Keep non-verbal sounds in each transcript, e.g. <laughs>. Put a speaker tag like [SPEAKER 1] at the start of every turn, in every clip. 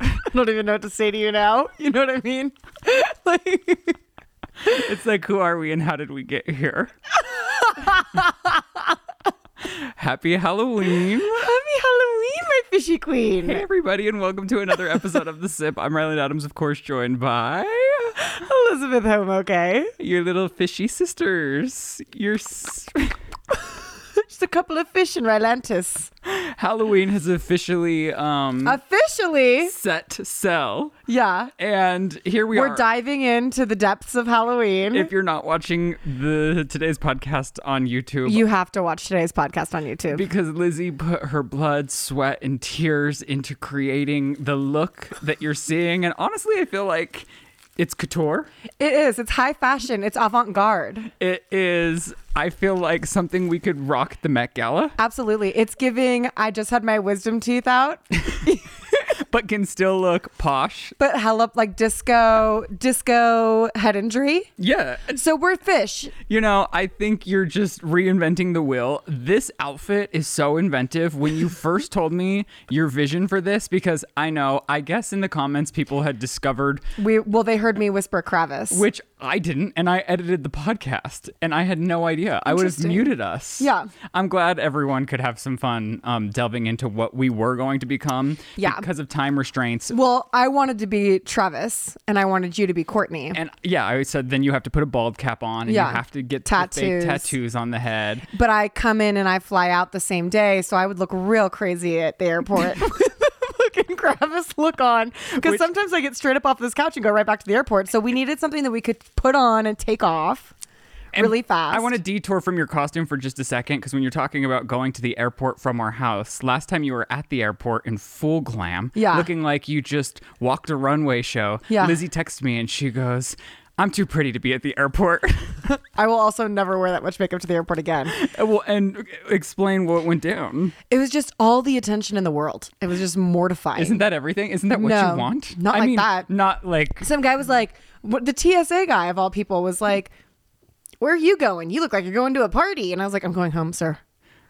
[SPEAKER 1] I don't even know what to say to you now. <laughs> You know what I mean? like,
[SPEAKER 2] It's like, who are we and how did we get here? Happy Halloween.
[SPEAKER 1] happy Halloween, my fishy queen.
[SPEAKER 2] Hey, everybody, and welcome to another episode of The Sip. I'm Ryland Adams, of course, joined by
[SPEAKER 1] <laughs> Elizabeth Home, okay?
[SPEAKER 2] your little fishy sisters. Your s-
[SPEAKER 1] Just a couple of fish in Rylantis.
[SPEAKER 2] Halloween has officially um,
[SPEAKER 1] Mm. Officially,
[SPEAKER 2] set sail.
[SPEAKER 1] yeah.
[SPEAKER 2] And here we
[SPEAKER 1] We're
[SPEAKER 2] are.
[SPEAKER 1] diving into the depths of Halloween.
[SPEAKER 2] if you're not watching the today's podcast on YouTube,
[SPEAKER 1] you have to watch today's podcast on YouTube.
[SPEAKER 2] because Lizzie put her blood, sweat, and tears into creating the look that you're seeing. And honestly, I feel like it's couture.
[SPEAKER 1] it is. It's high fashion. It's avant garde.
[SPEAKER 2] It is, I feel like something we could rock at the Met Gala,
[SPEAKER 1] Absolutely. It's giving, I just had my wisdom teeth out, <laughs>
[SPEAKER 2] but can still look posh.
[SPEAKER 1] but hella like disco, disco head injury.
[SPEAKER 2] Yeah.
[SPEAKER 1] So we're fish.
[SPEAKER 2] You know, I think you're just reinventing the wheel. This outfit is so inventive. When you first told me your vision for this, because I know, I guess in the comments, people had discovered
[SPEAKER 1] We well, they heard me whisper Kravis.
[SPEAKER 2] Which I didn't, and I edited the podcast, and I had no idea. I would have
[SPEAKER 1] Interesting.
[SPEAKER 2] muted us.
[SPEAKER 1] Yeah.
[SPEAKER 2] I'm glad everyone could have some fun um, delving into what we were going to become.
[SPEAKER 1] Yeah.
[SPEAKER 2] Because of time restraints.
[SPEAKER 1] well, I wanted to be Travis, and I wanted you to be Courtney.
[SPEAKER 2] And yeah, I said then you have to put a bald cap on, and
[SPEAKER 1] Yeah.
[SPEAKER 2] you have to get the fake
[SPEAKER 1] Tattoos.
[SPEAKER 2] tattoos on the head.
[SPEAKER 1] but I come in and I fly out the same day, so I would look real crazy at the airport. <laughs> with a fucking Kravis look on because
[SPEAKER 2] Which-
[SPEAKER 1] sometimes I get straight up off this couch and go right back to the airport. So we needed something that we could put on and take off
[SPEAKER 2] And
[SPEAKER 1] really fast.
[SPEAKER 2] I want to detour from your costume for just a second because when you're talking about going to the airport from our house, last time you were at the airport in full glam,
[SPEAKER 1] Yeah.
[SPEAKER 2] looking like you just walked a runway show.
[SPEAKER 1] Yeah.
[SPEAKER 2] Lizzie texts me and she goes, "I'm too pretty to be at the airport." <laughs>
[SPEAKER 1] I will also never wear that much makeup to the airport again.
[SPEAKER 2] well, and explain what went down.
[SPEAKER 1] It was just all the attention in the world. It was just mortifying.
[SPEAKER 2] Isn't that everything? Isn't that what
[SPEAKER 1] No,
[SPEAKER 2] you want?
[SPEAKER 1] not
[SPEAKER 2] I
[SPEAKER 1] like
[SPEAKER 2] mean,
[SPEAKER 1] that.
[SPEAKER 2] Not like
[SPEAKER 1] Some guy was like, what, the TSA guy of all people was like, "Where are you going? You look like you're going to a party." And I was like, "I'm going home, sir.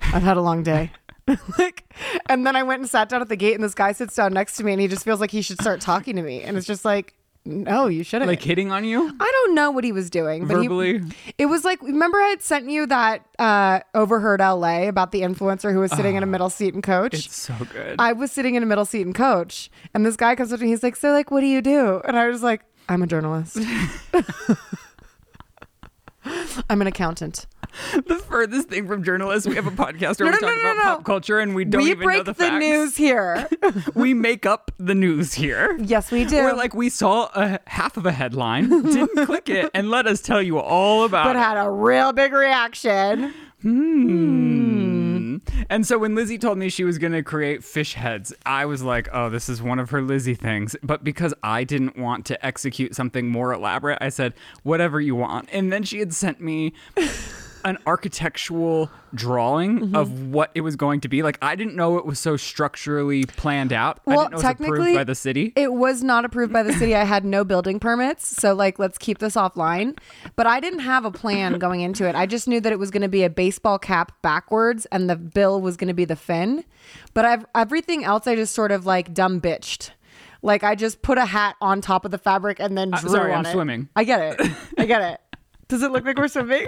[SPEAKER 1] I've had a long day." <laughs> like, and then I went and sat down at the gate, and this guy sits down next to me, and he just feels like he should start talking to me, and it's just like, "No, you shouldn't."
[SPEAKER 2] like hitting on you.
[SPEAKER 1] I don't know what he was doing, but he-
[SPEAKER 2] Verbally?
[SPEAKER 1] it was like remember I had sent you that uh, overheard LA about the influencer who was sitting in a middle seat in coach.
[SPEAKER 2] Ah, It's so good.
[SPEAKER 1] I was sitting in a middle seat in coach, and this guy comes up to me. He's like, "So, like, what do you do?" And I was like, "I'm a journalist. <laughs> I'm an accountant.
[SPEAKER 2] <laughs> the furthest thing from journalists, we have a podcast where
[SPEAKER 1] No,
[SPEAKER 2] we
[SPEAKER 1] no,
[SPEAKER 2] talk
[SPEAKER 1] no, no,
[SPEAKER 2] about
[SPEAKER 1] no.
[SPEAKER 2] pop culture and we don't
[SPEAKER 1] we
[SPEAKER 2] even know
[SPEAKER 1] break
[SPEAKER 2] the,
[SPEAKER 1] the,
[SPEAKER 2] facts.
[SPEAKER 1] news
[SPEAKER 2] <laughs>
[SPEAKER 1] here.
[SPEAKER 2] we make up the news here.
[SPEAKER 1] <laughs> yes, we do.
[SPEAKER 2] We're like, we saw a half of
[SPEAKER 1] <laughs>
[SPEAKER 2] a headline, didn't click it, and let us tell you all about
[SPEAKER 1] but had a real big reaction.
[SPEAKER 2] it. And so when Lizzie told me she was going to create fish heads, I was like, oh, this is one of her Lizzie things. But because I didn't want to execute something more elaborate, I said, whatever you want. And then she had sent me. An architectural drawing
[SPEAKER 1] Mm-hmm.
[SPEAKER 2] of what it was going to be. Like I didn't know it was so structurally planned out. I
[SPEAKER 1] Well,
[SPEAKER 2] didn't know it was approved
[SPEAKER 1] technically-
[SPEAKER 2] by the city.
[SPEAKER 1] It was not approved by the city. I had no building permits. So, like, let's keep this offline. But I didn't have a plan going into it. I just knew that it was going to be a baseball cap backwards and the bill was going to be the fin. But I've, everything else, I just sort of like dumb bitched. Like, I just put a hat on top of the fabric and then drew
[SPEAKER 2] Uh, sorry,
[SPEAKER 1] on
[SPEAKER 2] I'm
[SPEAKER 1] it.
[SPEAKER 2] swimming.
[SPEAKER 1] I get it. I get it. Does it look like we're
[SPEAKER 2] <laughs>
[SPEAKER 1] swimming?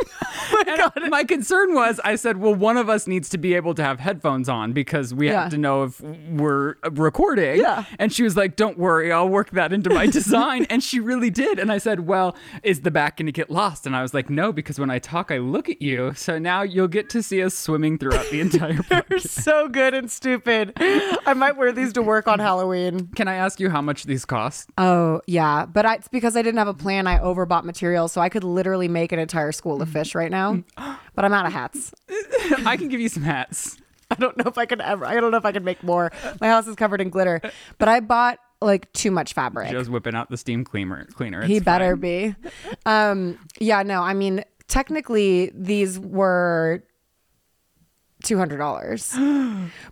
[SPEAKER 1] Oh
[SPEAKER 2] And <laughs> my concern was, I said, well, one of us needs to be able to have headphones on because we
[SPEAKER 1] Yeah.
[SPEAKER 2] have to know if we're recording.
[SPEAKER 1] Yeah.
[SPEAKER 2] And she was like, don't worry, I'll work that into my
[SPEAKER 1] <laughs>
[SPEAKER 2] design. and she really did. And I said, well, is the back going to get lost? And I was like, no, because when I talk, I look at you. So now you'll get to see us swimming throughout
[SPEAKER 1] <laughs>
[SPEAKER 2] the entire park.
[SPEAKER 1] You're so good and stupid. I might wear these to work on Halloween.
[SPEAKER 2] Can I ask you how much these cost?
[SPEAKER 1] Oh yeah, but I, it's because I didn't have a plan. I overbought material, so I could literally make an entire school of fish right
[SPEAKER 2] <gasps>
[SPEAKER 1] now. But I'm out of hats.
[SPEAKER 2] I can give you some hats.
[SPEAKER 1] I don't know if I could ever. I don't know if I could make more. My house is covered in glitter, but I bought like too much fabric.
[SPEAKER 2] Joe's whipping out the steam cleaner. cleaner.
[SPEAKER 1] he
[SPEAKER 2] It's
[SPEAKER 1] better
[SPEAKER 2] fine.
[SPEAKER 1] be. Um, yeah, no, I mean technically these were
[SPEAKER 2] <gasps>
[SPEAKER 1] two hundred dollars,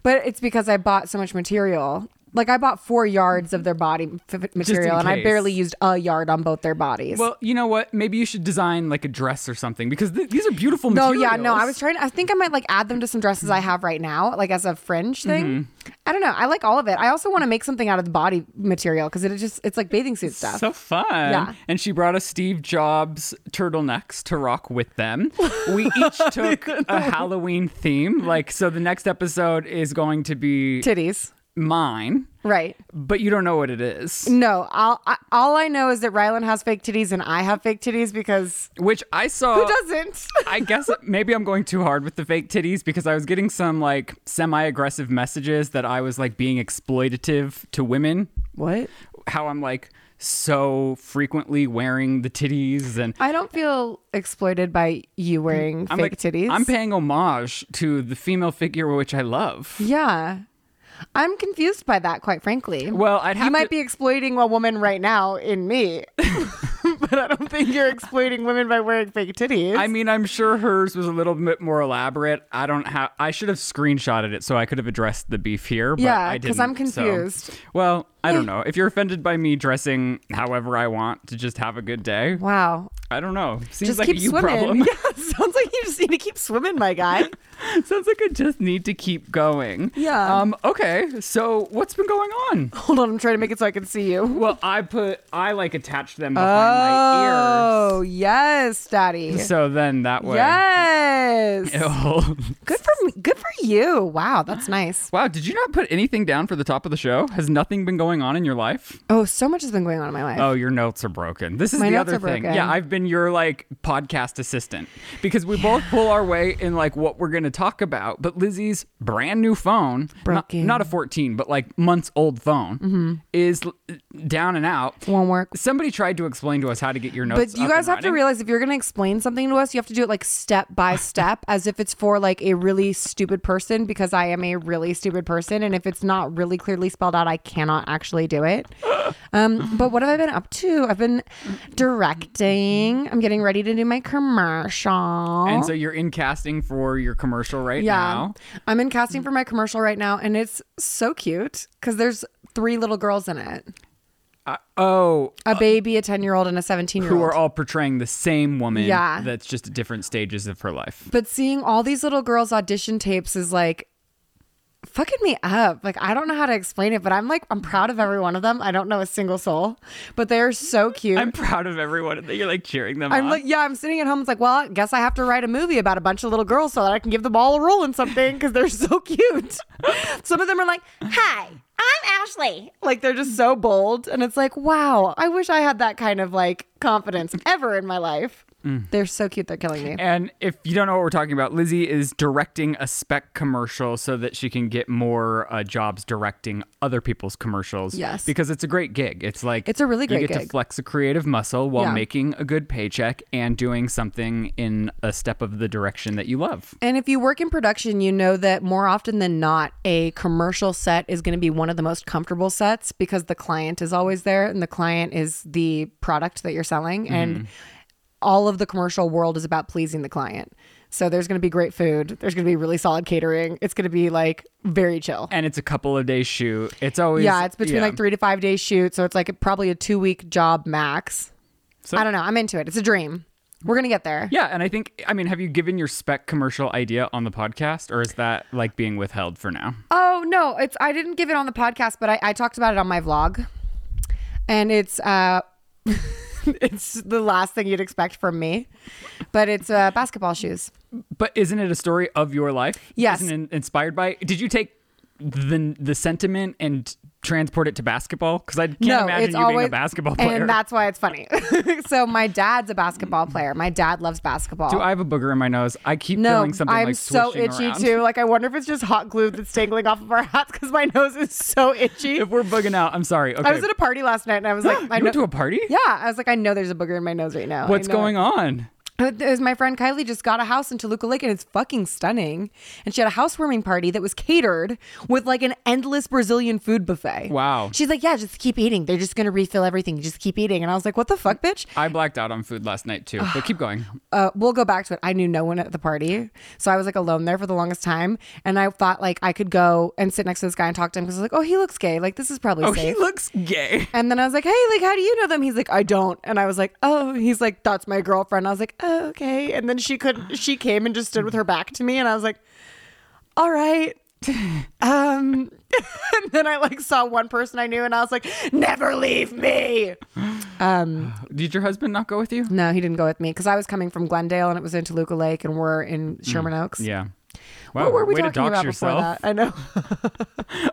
[SPEAKER 1] but it's because I bought so much material Like I bought four yards of their body f- material, and I
[SPEAKER 2] case.
[SPEAKER 1] barely used a yard on both their bodies.
[SPEAKER 2] Well, you know what? Maybe you should design like a dress or something because th- these are beautiful
[SPEAKER 1] no,
[SPEAKER 2] materials.
[SPEAKER 1] yeah, no. I was trying. I think I might like add them to some dresses I have right now, like as a fringe thing. I don't know. I like all of it. I also want to make something out of the body material because it is just it's like bathing suit stuff.
[SPEAKER 2] So fun.
[SPEAKER 1] Yeah.
[SPEAKER 2] And she brought us Steve Jobs turtlenecks to rock with them.
[SPEAKER 1] <laughs>
[SPEAKER 2] We each took a Halloween theme. Like, so the next episode is going to be
[SPEAKER 1] Titties,
[SPEAKER 2] mine,
[SPEAKER 1] right?
[SPEAKER 2] but you don't know what it is,
[SPEAKER 1] No, I'll, I, all I know is that Rylan has fake titties and I have fake titties because
[SPEAKER 2] which I saw.
[SPEAKER 1] who doesn't? <laughs>
[SPEAKER 2] I guess maybe I'm going too hard with the fake titties because I was getting some like semi aggressive messages that I was like being exploitative to women.
[SPEAKER 1] What?
[SPEAKER 2] How I'm like so frequently wearing the titties and
[SPEAKER 1] I don't feel exploited by you wearing
[SPEAKER 2] I'm
[SPEAKER 1] fake
[SPEAKER 2] like,
[SPEAKER 1] titties.
[SPEAKER 2] I'm paying homage to the female figure which I love.
[SPEAKER 1] yeah. I'm confused by that, quite frankly.
[SPEAKER 2] Well, I'd have
[SPEAKER 1] you might
[SPEAKER 2] to-
[SPEAKER 1] be exploiting a woman right now in me, <laughs> but I don't think you're exploiting women by wearing fake titties.
[SPEAKER 2] I mean, I'm sure hers was a little bit more elaborate. I don't have. I should have screenshotted it so I could have addressed the beef here. But
[SPEAKER 1] Yeah,
[SPEAKER 2] I
[SPEAKER 1] 'cause
[SPEAKER 2] didn't,
[SPEAKER 1] I'm
[SPEAKER 2] so-
[SPEAKER 1] confused.
[SPEAKER 2] well,
[SPEAKER 1] <sighs>
[SPEAKER 2] I don't know. If you're offended by me dressing however I want to just have a good day,
[SPEAKER 1] wow.
[SPEAKER 2] I don't know. Seems
[SPEAKER 1] Just
[SPEAKER 2] like
[SPEAKER 1] keep
[SPEAKER 2] a you
[SPEAKER 1] swimming.
[SPEAKER 2] problem.
[SPEAKER 1] <laughs>
[SPEAKER 2] <laughs>
[SPEAKER 1] Yeah, sounds like you just need to keep swimming, my guy.
[SPEAKER 2] Sounds like I just need to keep going.
[SPEAKER 1] Yeah.
[SPEAKER 2] Um. Okay. So what's been going on?
[SPEAKER 1] Hold on, I'm trying to make it so I can see you.
[SPEAKER 2] Well, I put I like attached them behind my
[SPEAKER 1] Oh, yes, daddy.
[SPEAKER 2] ears. So then that way.
[SPEAKER 1] Yes.
[SPEAKER 2] <laughs> Ew.
[SPEAKER 1] Good for me. Good for you. Wow, that's nice.
[SPEAKER 2] <laughs> wow. Did you not put anything down for the top of the show? Has nothing been going on in your life?
[SPEAKER 1] Oh, so much has been going on in my life.
[SPEAKER 2] Oh, your notes are broken. This is
[SPEAKER 1] My
[SPEAKER 2] the
[SPEAKER 1] notes
[SPEAKER 2] other
[SPEAKER 1] are
[SPEAKER 2] thing.
[SPEAKER 1] broken.
[SPEAKER 2] Yeah, I've been your like podcast assistant because we both pull our way in like what we're going to talk about. But Lizzie's brand new phone, not,
[SPEAKER 1] Broken. Mm-hmm.
[SPEAKER 2] not a 14, but like months old phone, is l- down and out.
[SPEAKER 1] Won't work.
[SPEAKER 2] Somebody tried to explain to us how to get your notes.
[SPEAKER 1] But you
[SPEAKER 2] up
[SPEAKER 1] guys
[SPEAKER 2] and
[SPEAKER 1] have to
[SPEAKER 2] running.
[SPEAKER 1] realize if you're going to explain something to us, you have to do it like step
[SPEAKER 2] <laughs>
[SPEAKER 1] by step as if it's for like a really stupid person because I am a really stupid person. And if it's not really clearly spelled out, I cannot actually do it. Um,
[SPEAKER 2] <laughs>
[SPEAKER 1] but what have I been up to? I've been directing. I'm getting ready to do my commercial.
[SPEAKER 2] And so you're in casting for your commercial right
[SPEAKER 1] Yeah.
[SPEAKER 2] now.
[SPEAKER 1] I'm in casting for my commercial right now, and it's so cute because there's three little girls in it
[SPEAKER 2] Oh,
[SPEAKER 1] a baby, a 10 year old, and a 17 year
[SPEAKER 2] who are
[SPEAKER 1] old.
[SPEAKER 2] all portraying the same woman
[SPEAKER 1] Yeah.
[SPEAKER 2] that's just at different stages of her life.
[SPEAKER 1] But seeing all these little girls' audition tapes is like fucking me up. Like, I don't know how to explain it, but I'm like, I'm proud of every one of them. I don't know a single soul, but they're so cute.
[SPEAKER 2] I'm proud of everyone that you're like cheering them
[SPEAKER 1] I'm
[SPEAKER 2] on.
[SPEAKER 1] like, yeah, I'm sitting at home. It's like, well, I guess I have to write a movie about a bunch of little girls so that I can give them all a role in something because they're so cute. Some of them are like, hi, I'm Ashley. Like, they're just so bold. And it's like, wow, I wish I had that kind of like confidence ever in my life. They're so cute. They're killing me.
[SPEAKER 2] and if you don't know what we're talking about, Lizzie is directing a spec commercial so that she can get more uh, jobs directing other people's commercials.
[SPEAKER 1] Yes.
[SPEAKER 2] Because it's a great gig. It's like
[SPEAKER 1] It's a really great
[SPEAKER 2] You get to
[SPEAKER 1] gig.
[SPEAKER 2] flex a creative muscle while
[SPEAKER 1] Yeah.
[SPEAKER 2] making a good paycheck and doing something in a step of the direction that you love.
[SPEAKER 1] And if you work in production, you know that more often than not, a commercial set is going to be one of the most comfortable sets because the client is always there and the client is the product that you're selling.
[SPEAKER 2] Mm-hmm.
[SPEAKER 1] And all of the commercial world is about pleasing the client. So there's going to be great food, there's going to be really solid catering. It's going to be like very chill.
[SPEAKER 2] And it's a couple of days shoot. It's always
[SPEAKER 1] Yeah, it's between
[SPEAKER 2] yeah.
[SPEAKER 1] like three to five day shoot. So it's like a, probably a two week job max.
[SPEAKER 2] So-
[SPEAKER 1] I don't know. I'm into it. It's a dream. We're going to get there.
[SPEAKER 2] Yeah, and I think I mean, have you given your spec commercial idea on the podcast, or is that like being withheld for now?
[SPEAKER 1] Oh no, it's I didn't give it on the podcast, but I, I talked about it on my vlog, and it's uh, <laughs> it's the last thing you'd expect from me, but it's uh, basketball shoes.
[SPEAKER 2] But isn't it a story of your life?
[SPEAKER 1] Yes.
[SPEAKER 2] Isn't it inspired by? Did you take the the sentiment and transport it to basketball? Because I can't
[SPEAKER 1] no,
[SPEAKER 2] imagine
[SPEAKER 1] it's
[SPEAKER 2] you
[SPEAKER 1] always
[SPEAKER 2] being a basketball player.
[SPEAKER 1] and that's why it's funny. <laughs> so my dad's a basketball player. My dad loves basketball.
[SPEAKER 2] Do I have a booger in my nose? I keep
[SPEAKER 1] no,
[SPEAKER 2] feeling something
[SPEAKER 1] I'm
[SPEAKER 2] like
[SPEAKER 1] so
[SPEAKER 2] swishing
[SPEAKER 1] itchy
[SPEAKER 2] around.
[SPEAKER 1] too. Like I wonder if it's just hot glue that's dangling off of our hats because my nose is so itchy.
[SPEAKER 2] If we're bugging out, I'm sorry. Okay.
[SPEAKER 1] I was at a
[SPEAKER 2] <gasps>
[SPEAKER 1] party last night and I was like, I
[SPEAKER 2] you
[SPEAKER 1] know,
[SPEAKER 2] went to a party?
[SPEAKER 1] yeah, I was like, I know there's a booger in my nose right now. I
[SPEAKER 2] What's
[SPEAKER 1] know it.
[SPEAKER 2] going on?
[SPEAKER 1] It was my friend Kylie just got a house in Toluca Lake and it's fucking stunning. And she had a housewarming party that was catered with like an endless Brazilian food buffet.
[SPEAKER 2] Wow.
[SPEAKER 1] She's like, yeah, just keep eating. They're just going to refill everything. Just keep eating. And I was like, what the fuck, bitch?
[SPEAKER 2] I blacked out on food last night too, but keep going.
[SPEAKER 1] uh, we'll go back to it. I knew no one at the party, so I was like alone there for the longest time. And I thought like I could go and sit next to this guy and talk to him because I was like, oh, he looks gay. Like this is probably
[SPEAKER 2] Oh, <laughs> he
[SPEAKER 1] safe.
[SPEAKER 2] looks gay.
[SPEAKER 1] and then I was like, hey, like how do you know them? He's like, I don't. And I was like, oh. He's like, that's my girlfriend. I was like, oh, okay. And then she could she came and just stood with her back to me, and I was like, all right. <laughs> um <laughs> and then I like saw one person I knew and I was like, never leave me.
[SPEAKER 2] Did your husband not go with you?
[SPEAKER 1] No, he didn't go with me because I was coming from Glendale and it was in Toluca Lake and we're in Sherman Oaks.
[SPEAKER 2] Yeah.
[SPEAKER 1] What were we
[SPEAKER 2] way to
[SPEAKER 1] talking
[SPEAKER 2] dox
[SPEAKER 1] about before that? I <laughs> know.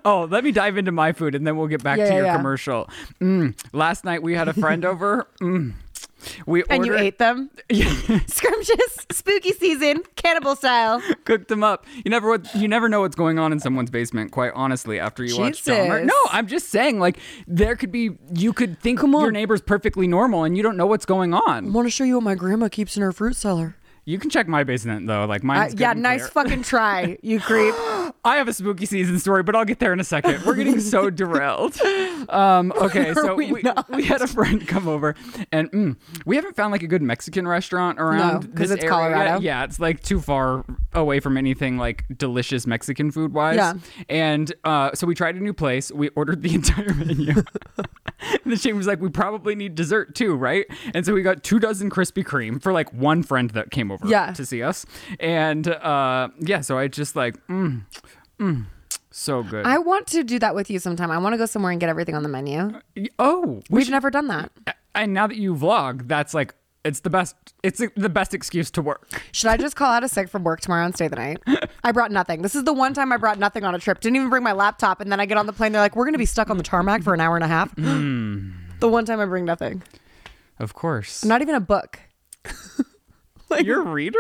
[SPEAKER 2] <laughs> Oh, let me dive into my food and then we'll get back
[SPEAKER 1] Yeah,
[SPEAKER 2] to
[SPEAKER 1] yeah,
[SPEAKER 2] your
[SPEAKER 1] yeah.
[SPEAKER 2] commercial. Mm, last night we had a friend
[SPEAKER 1] <laughs>
[SPEAKER 2] over. Mm, we ordered,
[SPEAKER 1] And you ate them? <laughs> Scrumptious, spooky season, cannibal <laughs> style.
[SPEAKER 2] <laughs> cooked them up. You never would, you never know what's going on in someone's basement, quite honestly, after you watch Dahmer.
[SPEAKER 1] Jesus.
[SPEAKER 2] No, I'm just saying, like there could be you could think your neighbor's perfectly normal and you don't know what's going on.
[SPEAKER 1] want to show you what my grandma keeps in her fruit cellar.
[SPEAKER 2] You can check my basement though, like mine's good
[SPEAKER 1] Uh, yeah,
[SPEAKER 2] and
[SPEAKER 1] nice
[SPEAKER 2] clear.
[SPEAKER 1] fucking
[SPEAKER 2] <laughs>
[SPEAKER 1] try, you creep.
[SPEAKER 2] <gasps> I have a spooky season story, but I'll get there in a second. We're
[SPEAKER 1] <laughs>
[SPEAKER 2] getting so derailed. Um, okay, so
[SPEAKER 1] we
[SPEAKER 2] we, we, had a friend come over, and mm, we haven't found like a good Mexican restaurant around
[SPEAKER 1] 'cause
[SPEAKER 2] this
[SPEAKER 1] it's
[SPEAKER 2] area.
[SPEAKER 1] Colorado.
[SPEAKER 2] Yeah, it's like too far away from anything like delicious Mexican food wise.
[SPEAKER 1] Yeah.
[SPEAKER 2] And uh, so we tried a new place. We ordered the <laughs> entire menu. and the chef was like, "We probably need dessert too, right?" And so we got two dozen Krispy Kreme for like one friend that came over
[SPEAKER 1] Yeah.
[SPEAKER 2] to see us. And uh, yeah, so I just like. Mm, so good.
[SPEAKER 1] I want to do that with you sometime. I want to go somewhere and get everything on the menu.
[SPEAKER 2] Y- oh, we
[SPEAKER 1] We've
[SPEAKER 2] should,
[SPEAKER 1] never done that.
[SPEAKER 2] and now that you vlog, that's like it's the best. It's the best excuse to work.
[SPEAKER 1] Should I just call out a sick from work tomorrow and stay the night? I brought nothing. This is the one time I brought nothing on a trip. Didn't even bring my laptop. And then I get on the plane. They're like, we're going to be stuck on the tarmac for an hour and a half.
[SPEAKER 2] Hmm.
[SPEAKER 1] the one time I bring nothing.
[SPEAKER 2] Of course.
[SPEAKER 1] Not even a book.
[SPEAKER 2] You're a reader.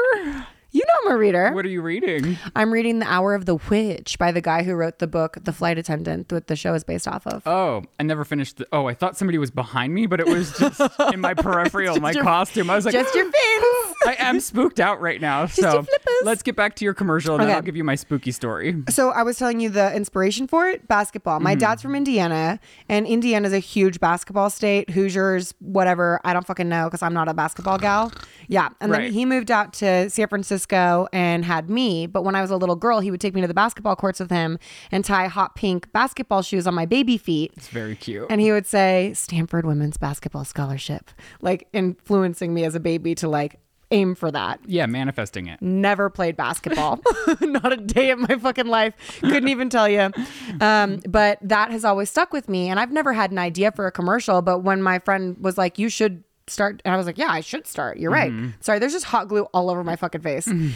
[SPEAKER 1] You know I'm a reader.
[SPEAKER 2] What are you reading?
[SPEAKER 1] I'm reading The Hour of the Witch by the guy who wrote the book The Flight Attendant that the show is based off of.
[SPEAKER 2] Oh, I never finished. The, oh, I thought somebody was behind me, but it was <laughs> just in my peripheral, my
[SPEAKER 1] your-
[SPEAKER 2] costume. I was like,
[SPEAKER 1] Just your <laughs> fins.
[SPEAKER 2] <gasps> I am spooked out right now.
[SPEAKER 1] your
[SPEAKER 2] So
[SPEAKER 1] flippers.
[SPEAKER 2] let's get back to your commercial, and
[SPEAKER 1] Okay.
[SPEAKER 2] then I'll give you my spooky story.
[SPEAKER 1] So I was telling you the inspiration for it, basketball. My dad's from Indiana, and Indiana's a huge basketball state. Hoosiers, whatever. I don't fucking know because I'm not a basketball gal. Yeah, and
[SPEAKER 2] Right.
[SPEAKER 1] then he moved out to San Francisco and had me. But when I was a little girl, he would take me to the basketball courts with him and tie hot pink basketball shoes on my baby feet.
[SPEAKER 2] It's very cute.
[SPEAKER 1] And he would say, Stanford Women's Basketball Scholarship, like influencing me as a baby to like aim for that.
[SPEAKER 2] yeah, manifesting it.
[SPEAKER 1] Never played basketball, not a day of my fucking life. Couldn't even tell you. Um, but that has always stuck with me. And I've never had an idea for a commercial. But when my friend was like, you should start, and I was like, yeah, I should start. You're right. Sorry, there's just hot glue all over my fucking face.
[SPEAKER 2] And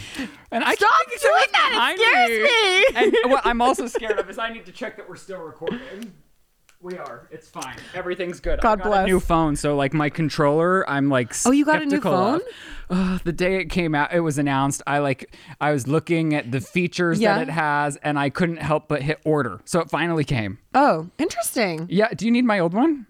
[SPEAKER 2] I
[SPEAKER 1] Stop
[SPEAKER 2] keep thinking
[SPEAKER 1] doing
[SPEAKER 2] someone's
[SPEAKER 1] that.
[SPEAKER 2] behind
[SPEAKER 1] It scares
[SPEAKER 2] me.
[SPEAKER 1] <laughs>
[SPEAKER 2] And what I'm also scared of is I need to check that we're still recording. We are. It's fine. Everything's good.
[SPEAKER 1] God
[SPEAKER 2] I got
[SPEAKER 1] bless.
[SPEAKER 2] A new phone, so like my controller, I'm like.
[SPEAKER 1] Oh, you got a new
[SPEAKER 2] skeptical of. Ugh, the day it came out, it was announced. I like, I was looking at the features
[SPEAKER 1] Yeah.
[SPEAKER 2] that it has, and I couldn't help but hit order. So it finally came.
[SPEAKER 1] Oh, interesting.
[SPEAKER 2] Yeah. Do you need my old one?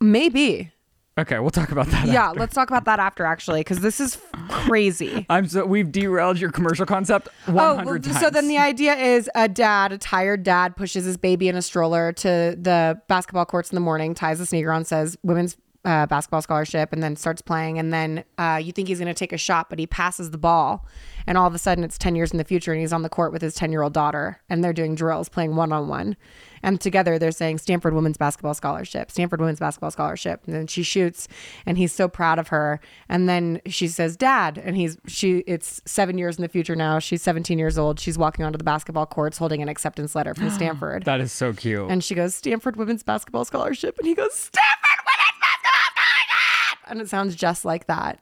[SPEAKER 1] Maybe.
[SPEAKER 2] Okay, we'll talk about that.
[SPEAKER 1] Yeah, let's talk about that after actually, because this is crazy.
[SPEAKER 2] I'm so we've derailed your commercial concept 100
[SPEAKER 1] Oh, well,
[SPEAKER 2] times.
[SPEAKER 1] So then the idea is a dad, a tired dad, pushes his baby in a stroller to the basketball courts in the morning, ties a sneaker on, says women's uh, basketball scholarship, and then starts playing. And then uh, you think he's going to take a shot, but he passes the ball. And all of a sudden, it's 10 years in the future, and he's on the court with his 10 year old daughter, and they're doing drills, playing one on one. And together, they're saying Stanford Women's Basketball Scholarship, Stanford Women's Basketball Scholarship. And then she shoots, and he's so proud of her. And then she says, "Dad," and he's she. It's seven years in the future now. She's 17 years old. She's walking onto the basketball courts holding an acceptance letter from Stanford.
[SPEAKER 2] that is so cute.
[SPEAKER 1] and she goes, "Stanford Women's Basketball Scholarship," and he goes, "Stanford Women's Basketball Scholarship," and it sounds just like that.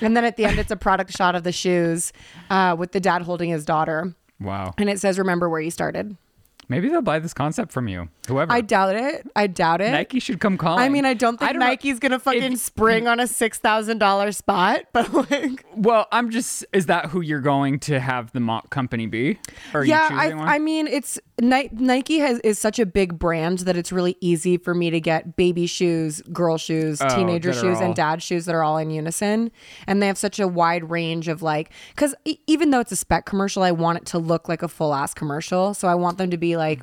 [SPEAKER 1] and then at the end, it's a product shot of the shoes uh, with the dad holding his daughter,
[SPEAKER 2] wow.
[SPEAKER 1] and it says, "Remember where you started."
[SPEAKER 2] Maybe they'll buy this concept from you. Whoever.
[SPEAKER 1] I doubt it. I doubt it.
[SPEAKER 2] Nike should come calling.
[SPEAKER 1] I mean, I don't think
[SPEAKER 2] know-
[SPEAKER 1] Nike's gonna fucking
[SPEAKER 2] If-
[SPEAKER 1] spring on a six thousand dollar spot, <laughs> but like,
[SPEAKER 2] Well, I'm just. Is that who you're going to have the mock company be? Or are
[SPEAKER 1] yeah,
[SPEAKER 2] you
[SPEAKER 1] I,
[SPEAKER 2] choosing one?
[SPEAKER 1] I mean, it's Ni- Nike has is such a big brand that it's really easy for me to get baby shoes, girl shoes,
[SPEAKER 2] Oh,
[SPEAKER 1] teenager
[SPEAKER 2] that are
[SPEAKER 1] shoes,
[SPEAKER 2] all-
[SPEAKER 1] and dad shoes that are all in unison, and they have such a wide range of like, because even though it's a spec commercial, I want it to look like a full ass commercial, so I want them to be like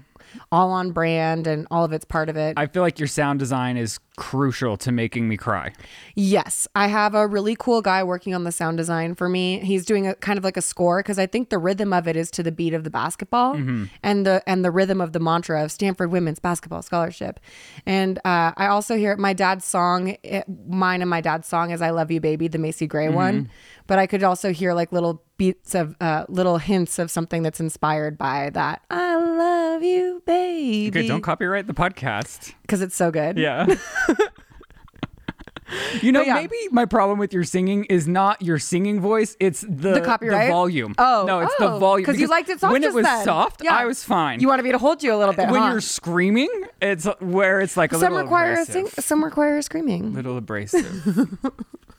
[SPEAKER 1] all on brand and all of it's part of it.
[SPEAKER 2] I feel like your sound design is crucial to making me cry.
[SPEAKER 1] Yes, I have a really cool guy working on the sound design for me. He's doing a kind of like a score because I think the rhythm of it is to the beat of the basketball
[SPEAKER 2] Mm-hmm.
[SPEAKER 1] and the and the rhythm of the mantra of Stanford Women's Basketball Scholarship. And uh, I also hear my dad's song, it, mine and my dad's song is "I Love You, Baby," the Macy Gray
[SPEAKER 2] Mm-hmm.
[SPEAKER 1] one. But I could also hear like little beats of uh, little hints of something that's inspired by that. I love you,
[SPEAKER 2] Okay,
[SPEAKER 1] baby,
[SPEAKER 2] don't copyright
[SPEAKER 1] <laughs>
[SPEAKER 2] the podcast.
[SPEAKER 1] because it's so good. <laughs>
[SPEAKER 2] Yeah. you know,
[SPEAKER 1] But yeah.
[SPEAKER 2] maybe my problem with your singing is not your singing voice; it's the
[SPEAKER 1] The copyright
[SPEAKER 2] volume.
[SPEAKER 1] Oh,
[SPEAKER 2] no, it's the
[SPEAKER 1] oh,
[SPEAKER 2] volume
[SPEAKER 1] because you liked it soft.
[SPEAKER 2] When
[SPEAKER 1] just
[SPEAKER 2] it was
[SPEAKER 1] then.
[SPEAKER 2] soft,
[SPEAKER 1] Yeah.
[SPEAKER 2] I was fine.
[SPEAKER 1] You wanted me to hold you a little bit.
[SPEAKER 2] when
[SPEAKER 1] huh?
[SPEAKER 2] you're screaming, it's where it's like a
[SPEAKER 1] some
[SPEAKER 2] little
[SPEAKER 1] require a
[SPEAKER 2] abrasive.
[SPEAKER 1] sing- some require a
[SPEAKER 2] <laughs>
[SPEAKER 1] screaming.
[SPEAKER 2] little abrasive.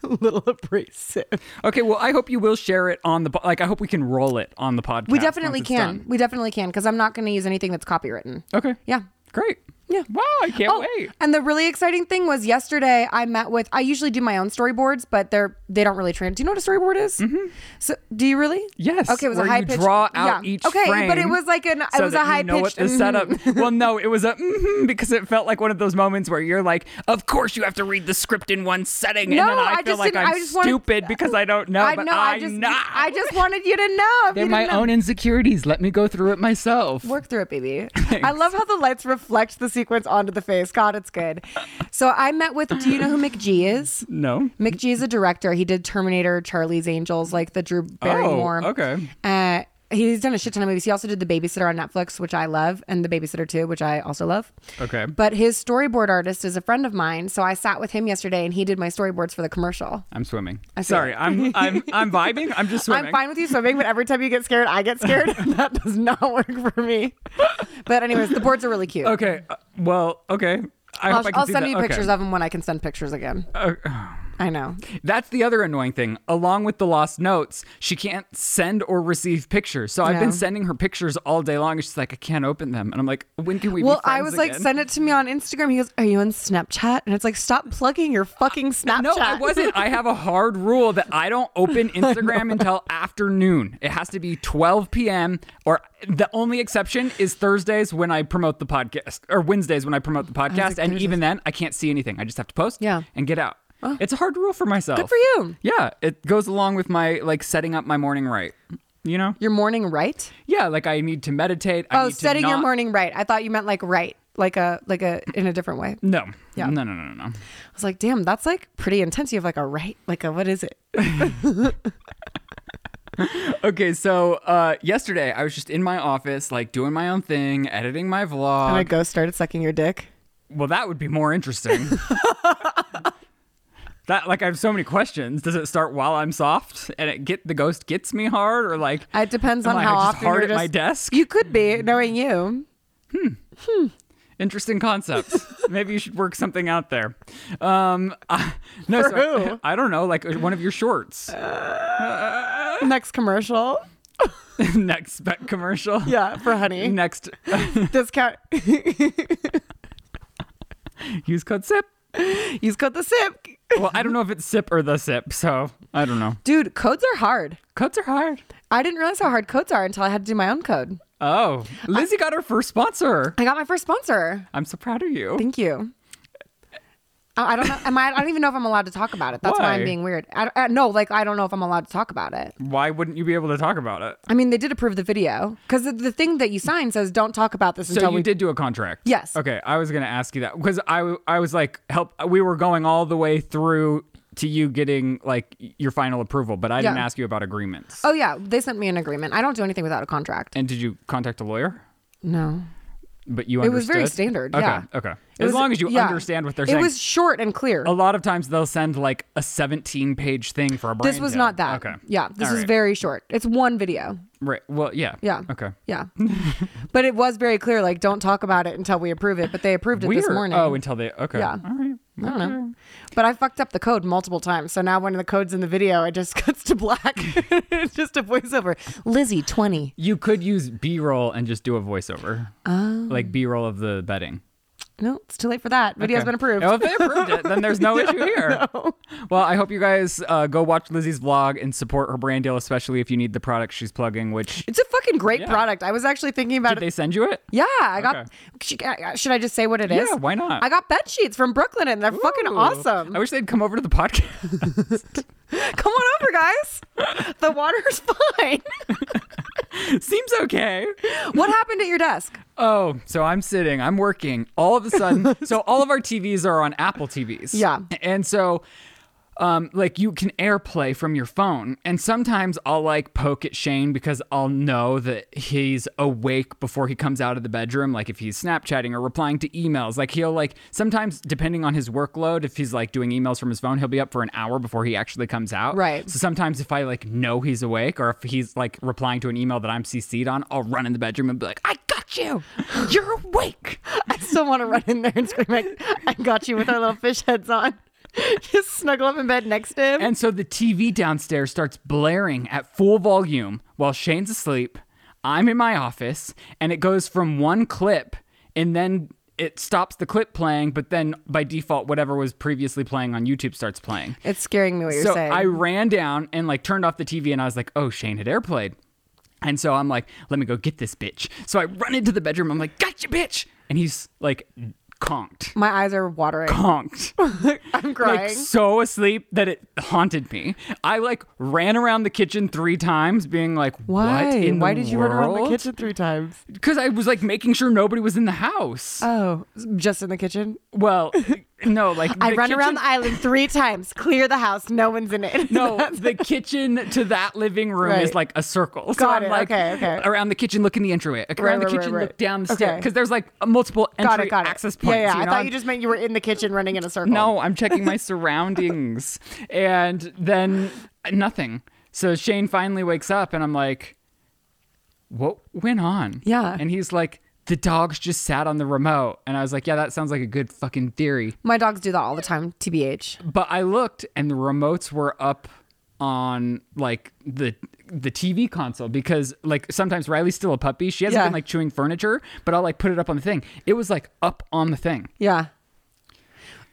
[SPEAKER 1] A little abrasive.
[SPEAKER 2] okay, well, I hope you will share it on the po- like. I hope we can roll it on the podcast.
[SPEAKER 1] We definitely
[SPEAKER 2] once it's
[SPEAKER 1] can.
[SPEAKER 2] done. Oh.
[SPEAKER 1] We definitely can because I'm not going to use anything that's copywritten.
[SPEAKER 2] Okay.
[SPEAKER 1] Yeah.
[SPEAKER 2] Great.
[SPEAKER 1] Yeah.
[SPEAKER 2] Wow, I can't
[SPEAKER 1] Oh,
[SPEAKER 2] wait.
[SPEAKER 1] and the really exciting thing was yesterday I met with I usually do my own storyboards, but they're they don't really train. Do you know what a storyboard is? Mm-hmm. So do you really?
[SPEAKER 2] Yes.
[SPEAKER 1] Okay, it was
[SPEAKER 2] where
[SPEAKER 1] a high
[SPEAKER 2] you
[SPEAKER 1] pitch.
[SPEAKER 2] draw out each
[SPEAKER 1] Okay, but it
[SPEAKER 2] frame
[SPEAKER 1] was like an
[SPEAKER 2] so
[SPEAKER 1] it was
[SPEAKER 2] that
[SPEAKER 1] a mm-hmm. high
[SPEAKER 2] you know what
[SPEAKER 1] pitched
[SPEAKER 2] the setup. <laughs> well, no, it was a mhm, because it felt like one of those moments where you're like, of course you have to read the script in one setting,
[SPEAKER 1] No,
[SPEAKER 2] and then I,
[SPEAKER 1] I
[SPEAKER 2] feel
[SPEAKER 1] just
[SPEAKER 2] like
[SPEAKER 1] didn't-
[SPEAKER 2] I'm
[SPEAKER 1] I just wanted-
[SPEAKER 2] stupid because I don't know,
[SPEAKER 1] I
[SPEAKER 2] but
[SPEAKER 1] know. I, just
[SPEAKER 2] know.
[SPEAKER 1] I just wanted you to know. if
[SPEAKER 2] They're
[SPEAKER 1] you
[SPEAKER 2] my
[SPEAKER 1] didn't know.
[SPEAKER 2] own insecurities. Let me go through it myself.
[SPEAKER 1] Work through it,
[SPEAKER 2] <laughs>
[SPEAKER 1] baby. I love how the lights reflect the sequence onto the face. God, it's good. So I met with. Do you know who McGee is?
[SPEAKER 2] No.
[SPEAKER 1] McGee is a director. He did Terminator, Charlie's Angels, like the Drew Barrymore.
[SPEAKER 2] Oh, okay.
[SPEAKER 1] Uh, he's done a shit ton of movies. He also did The Babysitter on Netflix, which I love, and The Babysitter too, which I also love.
[SPEAKER 2] Okay.
[SPEAKER 1] But his storyboard artist is a friend of mine, so I sat with him yesterday, and he did my storyboards for the commercial.
[SPEAKER 2] I'm swimming.
[SPEAKER 1] I see
[SPEAKER 2] Sorry,
[SPEAKER 1] it.
[SPEAKER 2] I'm I'm I'm vibing. I'm just
[SPEAKER 1] <laughs>
[SPEAKER 2] swimming.
[SPEAKER 1] I'm fine with you swimming, but every time you get scared, I get
[SPEAKER 2] <laughs>
[SPEAKER 1] scared. <laughs> that does not work for me. But anyways, the boards are really cute.
[SPEAKER 2] Okay. uh, well, okay. I
[SPEAKER 1] I'll,
[SPEAKER 2] hope I can
[SPEAKER 1] I'll
[SPEAKER 2] see
[SPEAKER 1] send
[SPEAKER 2] that.
[SPEAKER 1] you
[SPEAKER 2] Okay. Oh,
[SPEAKER 1] pictures of them when I can send pictures again.
[SPEAKER 2] <sighs>
[SPEAKER 1] I know.
[SPEAKER 2] That's the other annoying thing. Along with the lost notes, she can't send or receive pictures. So I've
[SPEAKER 1] Yeah.
[SPEAKER 2] been sending her pictures all day long, and she's like, "I can't open them." And I'm like, "When can we?"
[SPEAKER 1] Well,
[SPEAKER 2] be
[SPEAKER 1] I
[SPEAKER 2] friends
[SPEAKER 1] was like,
[SPEAKER 2] again?"
[SPEAKER 1] send it to me on Instagram. He goes, Are you on Snapchat? And it's like, Stop plugging your fucking Snapchat.
[SPEAKER 2] <laughs> No, I wasn't. I have a hard rule that I don't
[SPEAKER 1] <laughs>
[SPEAKER 2] open Instagram until afternoon. It has to be 12 p.m. Or the only exception is Thursdays when I promote the podcast, or Wednesdays when I promote the podcast.
[SPEAKER 1] like,
[SPEAKER 2] and
[SPEAKER 1] Thursdays.
[SPEAKER 2] even then, I can't see anything. I just have to post
[SPEAKER 1] Yeah. Oh.
[SPEAKER 2] and get out. It's a hard rule for myself.
[SPEAKER 1] Good for you.
[SPEAKER 2] Yeah, it goes along with my like setting up my morning right. You know?
[SPEAKER 1] Your morning right?
[SPEAKER 2] Yeah, like I need to meditate. I
[SPEAKER 1] Oh,
[SPEAKER 2] need to
[SPEAKER 1] setting your
[SPEAKER 2] not-
[SPEAKER 1] morning right. I thought you meant like right, like a, like a, in a different way.
[SPEAKER 2] No.
[SPEAKER 1] Yeah.
[SPEAKER 2] No, no, no, no, no.
[SPEAKER 1] I was like, Damn, that's like pretty intense. You have like a right, like a, what is it?
[SPEAKER 2] Okay, so uh, yesterday I was just in my office, like doing my own thing, editing my vlog.
[SPEAKER 1] And a ghost started sucking your dick.
[SPEAKER 2] Well, that would be more <laughs> interesting. that like I have so many questions. Does it start while I'm soft and it get the ghost gets me hard or like
[SPEAKER 1] It depends
[SPEAKER 2] am
[SPEAKER 1] on
[SPEAKER 2] I
[SPEAKER 1] how
[SPEAKER 2] just
[SPEAKER 1] often
[SPEAKER 2] hard
[SPEAKER 1] you're
[SPEAKER 2] at
[SPEAKER 1] just,
[SPEAKER 2] my desk?
[SPEAKER 1] You could be, knowing you.
[SPEAKER 2] Interesting concept. Maybe you should work something out there. Um, <laughs> I, no,
[SPEAKER 1] For
[SPEAKER 2] so-
[SPEAKER 1] who?
[SPEAKER 2] I don't know, like one of your <laughs> shorts.
[SPEAKER 1] Next commercial.
[SPEAKER 2] Next spec commercial.
[SPEAKER 1] Yeah, for
[SPEAKER 2] <laughs>
[SPEAKER 1] honey.
[SPEAKER 2] Next
[SPEAKER 1] Discount. <laughs>
[SPEAKER 2] use code SIP.
[SPEAKER 1] Use code the sip.
[SPEAKER 2] Well, I don't know if it's SIP or the SIP, so I don't know.
[SPEAKER 1] Dude, codes are hard.
[SPEAKER 2] Codes are hard.
[SPEAKER 1] I didn't realize how hard codes are until I had to do my own code.
[SPEAKER 2] Oh, Lizzie got her first sponsor.
[SPEAKER 1] I got my first sponsor.
[SPEAKER 2] I'm so proud of you.
[SPEAKER 1] Thank you. I I don't know. Am I, I don't even know if I'm allowed to talk about it. That's why, I'm
[SPEAKER 2] Why?
[SPEAKER 1] being weird. I, I, no, like I don't know if I'm allowed to talk about it.
[SPEAKER 2] Why wouldn't you be able to talk about it?
[SPEAKER 1] I mean, they did approve the video because the, the thing that you signed says don't talk about this
[SPEAKER 2] So
[SPEAKER 1] until
[SPEAKER 2] you
[SPEAKER 1] we.
[SPEAKER 2] did do a contract.
[SPEAKER 1] Yes.
[SPEAKER 2] Okay, I was gonna ask you that because I w- I was like help. We were going all the way through to you getting like your final approval, but I didn't
[SPEAKER 1] Yeah.
[SPEAKER 2] ask you about agreements.
[SPEAKER 1] Oh yeah, they sent me an agreement. I don't do anything without a contract.
[SPEAKER 2] And did you contact a lawyer?
[SPEAKER 1] No,
[SPEAKER 2] but you
[SPEAKER 1] It was
[SPEAKER 2] understood.
[SPEAKER 1] very standard,
[SPEAKER 2] Okay,
[SPEAKER 1] yeah.
[SPEAKER 2] Okay.
[SPEAKER 1] It
[SPEAKER 2] As
[SPEAKER 1] was-
[SPEAKER 2] long as you
[SPEAKER 1] yeah.
[SPEAKER 2] understand what they're
[SPEAKER 1] It
[SPEAKER 2] saying.
[SPEAKER 1] was short and clear.
[SPEAKER 2] a lot of times they'll send like a 17 page thing for a brain
[SPEAKER 1] This was
[SPEAKER 2] dead.
[SPEAKER 1] not that.
[SPEAKER 2] Okay.
[SPEAKER 1] Yeah. This
[SPEAKER 2] All
[SPEAKER 1] was
[SPEAKER 2] right.
[SPEAKER 1] very short. It's one video.
[SPEAKER 2] Right. Well, yeah.
[SPEAKER 1] Yeah.
[SPEAKER 2] Okay. <laughs>
[SPEAKER 1] Yeah. but it was very clear. Like, don't talk about it until we approve it. But they approved it
[SPEAKER 2] Weird.
[SPEAKER 1] this morning.
[SPEAKER 2] Oh, until they. Okay.
[SPEAKER 1] Yeah.
[SPEAKER 2] All right.
[SPEAKER 1] I don't know. But I fucked up the code multiple times. So now when the code's in the video, it just <laughs> cuts to black. it's just a voiceover. Lizzie, 20.
[SPEAKER 2] You could use B roll and just do a voiceover.
[SPEAKER 1] Oh.
[SPEAKER 2] Like B roll of the betting.
[SPEAKER 1] No, it's too late for that. Video's
[SPEAKER 2] Okay.
[SPEAKER 1] been approved.
[SPEAKER 2] Oh, if they approved it,
[SPEAKER 1] <laughs>
[SPEAKER 2] then there's no issue here. Well, I hope you guys uh, go watch Lizzie's vlog and support her brand deal, especially if you need the product she's plugging, which.
[SPEAKER 1] It's a fucking great
[SPEAKER 2] Yeah.
[SPEAKER 1] product. I was actually thinking about
[SPEAKER 2] Did
[SPEAKER 1] it.
[SPEAKER 2] they send you it?
[SPEAKER 1] Yeah, I got.
[SPEAKER 2] Okay.
[SPEAKER 1] Sh- uh, Should I just say what it is?
[SPEAKER 2] Yeah, why not?
[SPEAKER 1] I got bed sheets from Brooklyn, and they're fucking
[SPEAKER 2] Ooh.
[SPEAKER 1] awesome.
[SPEAKER 2] I wish they'd come over to the podcast. <laughs>
[SPEAKER 1] Come on over, guys. the water's fine. <laughs>
[SPEAKER 2] Seems okay.
[SPEAKER 1] what happened at your desk?
[SPEAKER 2] Oh, so I'm sitting, I'm working. All of
[SPEAKER 1] <laughs>
[SPEAKER 2] a sudden, so all of our TVs are on Apple TVs.
[SPEAKER 1] Yeah.
[SPEAKER 2] And so um like you can AirPlay from your phone. And sometimes I'll like poke at Shane because I'll know that he's awake before he comes out of the bedroom, like if he's Snapchatting or replying to emails. Like he'll like sometimes depending on his workload, if he's like doing emails from his phone, he'll be up for an hour before he actually comes out.
[SPEAKER 1] Right.
[SPEAKER 2] So sometimes if I like know he's awake or if he's like replying to an email that I'm CC'd on, I'll run in the bedroom and be like, I got you. You're awake.
[SPEAKER 1] I still want to run in there and scream, like, I got you with our little fish heads on. <laughs> Just snuggle up in bed next to him.
[SPEAKER 2] And so the TV downstairs starts blaring at full volume while Shane's asleep. I'm in my office and it goes from one clip and then it stops the clip playing, but then by default, whatever was previously playing on YouTube starts playing.
[SPEAKER 1] it's scaring me what you're
[SPEAKER 2] so
[SPEAKER 1] saying.
[SPEAKER 2] I ran down and like turned off the TV and I was like, oh, Shane had airplayed. And so I'm like, let me go get this bitch. So I run into the bedroom. I'm like, gotcha, bitch. And he's like, conked,
[SPEAKER 1] My eyes are watering.
[SPEAKER 2] <laughs> conked.
[SPEAKER 1] I'm crying.
[SPEAKER 2] Like so asleep that it haunted me. I like ran around the kitchen three times, being like,
[SPEAKER 1] Why?
[SPEAKER 2] "What in
[SPEAKER 1] Why
[SPEAKER 2] the
[SPEAKER 1] did you run around the
[SPEAKER 2] world?"
[SPEAKER 1] kitchen three times?
[SPEAKER 2] Because I was like making sure nobody was in the house.
[SPEAKER 1] Oh, just in the kitchen? <laughs>
[SPEAKER 2] well, no, like
[SPEAKER 1] I
[SPEAKER 2] the
[SPEAKER 1] run around the
[SPEAKER 2] kitchen-
[SPEAKER 1] island three times, clear the house, no one's in it. <laughs>
[SPEAKER 2] no, the kitchen to that living room is
[SPEAKER 1] Right.
[SPEAKER 2] like a circle. so
[SPEAKER 1] Got
[SPEAKER 2] I'm
[SPEAKER 1] it.
[SPEAKER 2] like
[SPEAKER 1] Okay, okay.
[SPEAKER 2] around the kitchen, look in the entryway. Like, around
[SPEAKER 1] Right, right,
[SPEAKER 2] the
[SPEAKER 1] right,
[SPEAKER 2] kitchen,
[SPEAKER 1] right.
[SPEAKER 2] look down the stairs.
[SPEAKER 1] Okay.
[SPEAKER 2] Because there's like multiple entry
[SPEAKER 1] got it, got it.
[SPEAKER 2] access points.
[SPEAKER 1] Yeah, yeah.
[SPEAKER 2] you
[SPEAKER 1] I
[SPEAKER 2] know?
[SPEAKER 1] thought you just meant you were in the kitchen running in a circle.
[SPEAKER 2] No, I'm checking my surroundings. And then nothing. So Shane finally wakes up and I'm like, what went on?
[SPEAKER 1] Yeah.
[SPEAKER 2] And he's like, the dogs just sat on the remote. And I was like, yeah, that sounds like a good fucking theory.
[SPEAKER 1] My dogs do that all the time, TBH.
[SPEAKER 2] But I looked and the remotes were up on like the the TV console because like sometimes Riley's still a puppy. She hasn't
[SPEAKER 1] Yeah.
[SPEAKER 2] been like chewing furniture, but I'll like put it up on the thing. It was like up on the thing.
[SPEAKER 1] Yeah.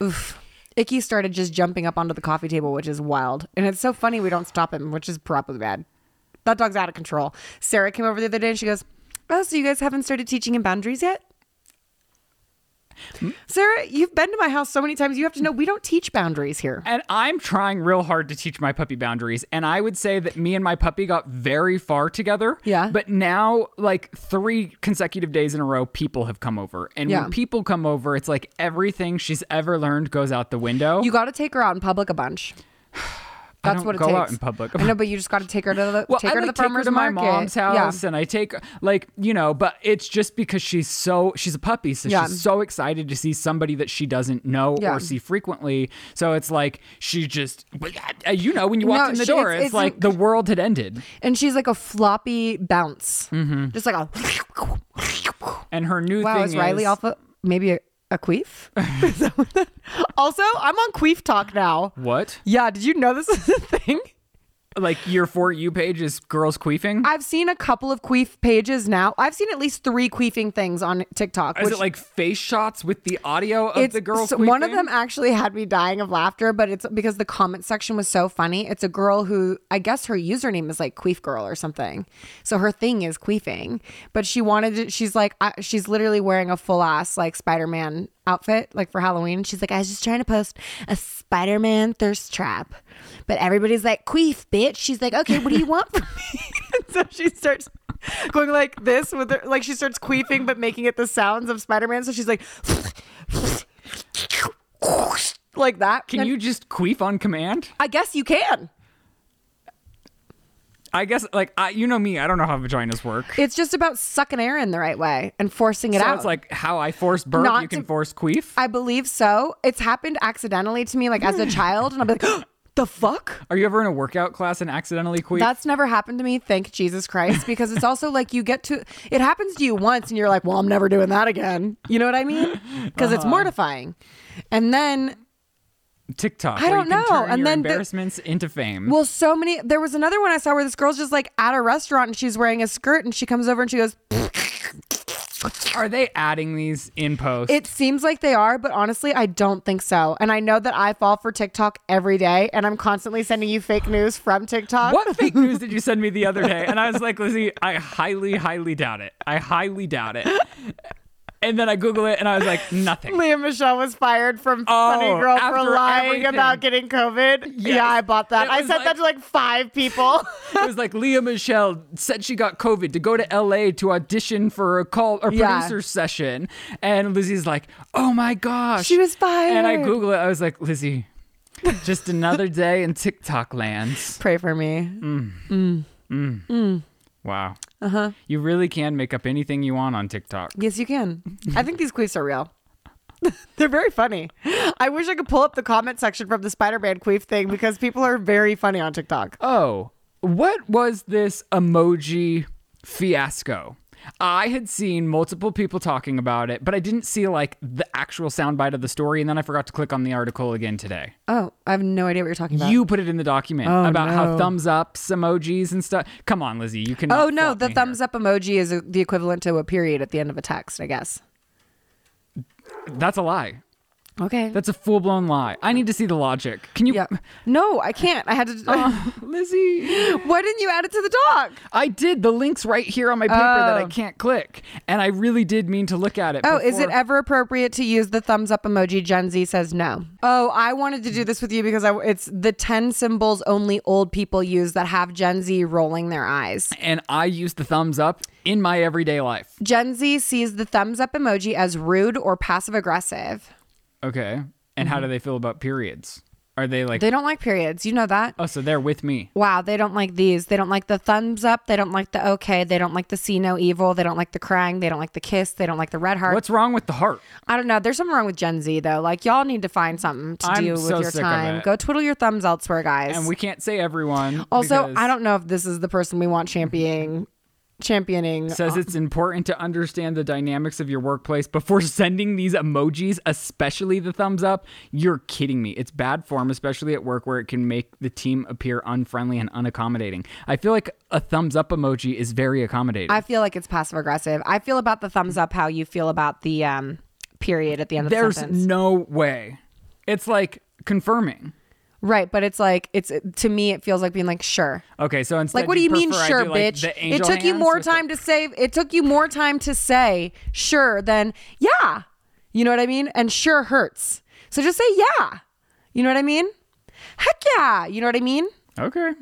[SPEAKER 1] Oof. Icky started just jumping up onto the coffee table, which is wild. And it's so funny we don't stop him, which is probably bad. That dog's out of control. Sarah came over the other day and she goes, Oh, so you guys haven't started teaching him boundaries yet?
[SPEAKER 2] Hmm?
[SPEAKER 1] Sarah, you've been to my house so many times. You have to know we don't teach boundaries here.
[SPEAKER 2] And I'm trying real hard to teach my puppy boundaries. And I would say that me and my puppy got very far together.
[SPEAKER 1] Yeah.
[SPEAKER 2] But now, like three consecutive days in a row, people have come over. And
[SPEAKER 1] Yeah.
[SPEAKER 2] when people come over, it's like everything she's ever learned goes out the window.
[SPEAKER 1] You got to take her out in public a bunch.
[SPEAKER 2] I
[SPEAKER 1] That's
[SPEAKER 2] don't
[SPEAKER 1] what it
[SPEAKER 2] go
[SPEAKER 1] takes.
[SPEAKER 2] out in public.
[SPEAKER 1] I know, but you just got to take her to the
[SPEAKER 2] well,
[SPEAKER 1] take
[SPEAKER 2] I
[SPEAKER 1] her
[SPEAKER 2] like
[SPEAKER 1] to the farmers
[SPEAKER 2] take her to
[SPEAKER 1] market.
[SPEAKER 2] my mom's house, and I take like you know, but it's just because she's so she's a puppy, so
[SPEAKER 1] Yeah.
[SPEAKER 2] she's so excited to see somebody that she doesn't know
[SPEAKER 1] Yeah.
[SPEAKER 2] or see frequently. So it's like she just, you know, when you walked
[SPEAKER 1] No,
[SPEAKER 2] in the
[SPEAKER 1] she-
[SPEAKER 2] door,
[SPEAKER 1] it's- it's-
[SPEAKER 2] it's, like the world had ended,
[SPEAKER 1] Yeah. And she's like a floppy bounce, just like a.
[SPEAKER 2] and her new
[SPEAKER 1] Wow,
[SPEAKER 2] Mm-hmm. thing
[SPEAKER 1] is Riley
[SPEAKER 2] is,
[SPEAKER 1] off a maybe a, a
[SPEAKER 2] <laughs>
[SPEAKER 1] queef? Is that what that- also, I'm on queef talk now.
[SPEAKER 2] what?
[SPEAKER 1] Yeah, did you know this is a thing?
[SPEAKER 2] Like your for you page is girls queefing.
[SPEAKER 1] I've seen a couple of queef pages now. I've seen at least three queefing things on TikTok.
[SPEAKER 2] is
[SPEAKER 1] which-
[SPEAKER 2] it like face shots with the audio of
[SPEAKER 1] it's
[SPEAKER 2] the girls?
[SPEAKER 1] so- one of them actually had me dying of laughter but it's because the comment section was so funny it's a girl who i guess her username is like queef girl or something so her thing is queefing but she wanted to she's like I, she's literally wearing a full ass like spider-man outfit like for halloween she's like i was just trying to post a spider-man thirst trap but everybody's like queef bitch she's like okay what do you want from me <laughs> And so she starts going like this with her like she starts queefing but making it the sounds of spider-man so she's like <laughs> like that.
[SPEAKER 2] Can
[SPEAKER 1] And
[SPEAKER 2] you just queef on command?
[SPEAKER 1] I guess you can.
[SPEAKER 2] I guess like I, you know me, I don't know how vaginas work.
[SPEAKER 1] It's just about sucking air in the right way and forcing it
[SPEAKER 2] so
[SPEAKER 1] out.
[SPEAKER 2] it's like how I force burp,
[SPEAKER 1] Not
[SPEAKER 2] you can
[SPEAKER 1] to-
[SPEAKER 2] force queef.
[SPEAKER 1] I believe so. It's happened accidentally to me, like
[SPEAKER 2] <gasps>
[SPEAKER 1] as a child, and I'll be like, <gasps> the fuck?
[SPEAKER 2] Are you ever in a workout class and accidentally queef?
[SPEAKER 1] That's never happened to me, thank Jesus Christ, because it's also like you get to, it happens to you once and you're like, well, I'm never doing that again. You know what I mean? Because
[SPEAKER 2] Uh-huh.
[SPEAKER 1] it's mortifying. And then
[SPEAKER 2] TikTok.
[SPEAKER 1] I
[SPEAKER 2] where
[SPEAKER 1] don't
[SPEAKER 2] you can
[SPEAKER 1] know.
[SPEAKER 2] Turn
[SPEAKER 1] And
[SPEAKER 2] your
[SPEAKER 1] then the-
[SPEAKER 2] embarrassments into fame.
[SPEAKER 1] Well, so many. There was another one I saw where this girl's just like at a restaurant and she's wearing a skirt and she comes over and she goes,
[SPEAKER 2] Are they adding these in post?
[SPEAKER 1] It seems like they are, but honestly, I don't think so. And I know that I fall for TikTok every day and I'm constantly sending you fake news from TikTok.
[SPEAKER 2] what fake news did you send me the other day? And I was like, Lizzie, I highly, highly doubt it. I highly doubt it. And then I Google it and I was like, nothing.
[SPEAKER 1] Leah Michelle was fired from
[SPEAKER 2] Oh,
[SPEAKER 1] Funny Girl for
[SPEAKER 2] after
[SPEAKER 1] lying
[SPEAKER 2] everything.
[SPEAKER 1] about getting COVID.
[SPEAKER 2] Yes.
[SPEAKER 1] Yeah, I bought that.
[SPEAKER 2] It
[SPEAKER 1] I
[SPEAKER 2] was
[SPEAKER 1] sent
[SPEAKER 2] like-
[SPEAKER 1] that to like five people.
[SPEAKER 2] It was like Leah Michelle said she got COVID to go to LA to audition for a call or
[SPEAKER 1] Yeah.
[SPEAKER 2] producer session. And Lizzie's like, oh my gosh.
[SPEAKER 1] <laughs> She was fired.
[SPEAKER 2] And I Google it. I was like, Lizzie, just another day in TikTok lands.
[SPEAKER 1] Pray for me.
[SPEAKER 2] Wow. Uh
[SPEAKER 1] Uh-huh.
[SPEAKER 2] huh. You really can make up anything you want on TikTok.
[SPEAKER 1] Yes, you can. I think these queefs are real. <laughs> They're very funny. I wish I could pull up the comment section from the Spider-Man queef thing because people are very funny on TikTok.
[SPEAKER 2] Oh, what was this emoji fiasco? I had seen multiple people talking about it, but I didn't see like the actual soundbite of the story, and then I forgot to click on the article again today.
[SPEAKER 1] Oh, I have no idea what you're talking about.
[SPEAKER 2] You put it in the document
[SPEAKER 1] Oh,
[SPEAKER 2] about how
[SPEAKER 1] no.
[SPEAKER 2] thumbs ups, emojis, and stuff. Come on, Lizzie, you can.
[SPEAKER 1] oh no, the thumbs up emoji is uh the equivalent to a period at the end of a text, I guess.
[SPEAKER 2] That's a lie.
[SPEAKER 1] Okay.
[SPEAKER 2] That's a full blown lie. I need to see the logic. Can you,
[SPEAKER 1] yeah. No, I can't. I had to.
[SPEAKER 2] <laughs> Lizzie?
[SPEAKER 1] <laughs> Why didn't you add it to the doc?
[SPEAKER 2] I did. The link's right here on my paper that I can't click, and I really did mean to look at it.
[SPEAKER 1] Oh, is it
[SPEAKER 2] before-
[SPEAKER 1] ever appropriate to use the thumbs up emoji? Gen Z says no. Oh, I wanted to do this with you because I, it's the 10 symbols only old people use that have Gen Z rolling their eyes.
[SPEAKER 2] and I use the thumbs up in my everyday life.
[SPEAKER 1] Gen Z sees the thumbs up emoji as rude or passive aggressive.
[SPEAKER 2] Okay. And how do they feel about periods? Are they like,
[SPEAKER 1] They don't like periods. You know that?
[SPEAKER 2] oh, so they're with me?
[SPEAKER 1] Wow, they don't like these. They don't like the thumbs up. They don't like the okay. They don't like the see no evil. They don't like the crying. They don't like the kiss. They don't like the red heart.
[SPEAKER 2] What's wrong with the heart?
[SPEAKER 1] I don't know. There's something wrong with Gen Z though. Like y'all need to find something to
[SPEAKER 2] I'm
[SPEAKER 1] do with
[SPEAKER 2] so
[SPEAKER 1] your
[SPEAKER 2] sick of
[SPEAKER 1] time.
[SPEAKER 2] it.
[SPEAKER 1] Go twiddle your thumbs elsewhere, guys.
[SPEAKER 2] And we can't say everyone.
[SPEAKER 1] Also,
[SPEAKER 2] because
[SPEAKER 1] I don't know if this is the person we want championing championing.
[SPEAKER 2] it Says it's important to understand the dynamics of your workplace before <laughs> sending these emojis, especially the thumbs up. You're kidding me. It's bad form, especially at work where it can make the team appear unfriendly and unaccommodating. I feel like a thumbs up emoji is very accommodating.
[SPEAKER 1] I feel like it's passive aggressive. I feel about the thumbs up how you feel about the um period at the end of
[SPEAKER 2] There's
[SPEAKER 1] the sentence.
[SPEAKER 2] no way. It's like confirming.
[SPEAKER 1] right, but it's like it's to me it feels like being like sure.
[SPEAKER 2] Okay, so instead,
[SPEAKER 1] Like what do you mean
[SPEAKER 2] prefer I
[SPEAKER 1] sure,
[SPEAKER 2] do, like,
[SPEAKER 1] bitch?
[SPEAKER 2] the
[SPEAKER 1] it
[SPEAKER 2] angel
[SPEAKER 1] took you
[SPEAKER 2] hands
[SPEAKER 1] more
[SPEAKER 2] with the-
[SPEAKER 1] time to say it took you more time to say sure than yeah. You know what I mean? And sure hurts. So just say yeah. You know what I mean? Heck yeah. You know what I mean?
[SPEAKER 2] okay.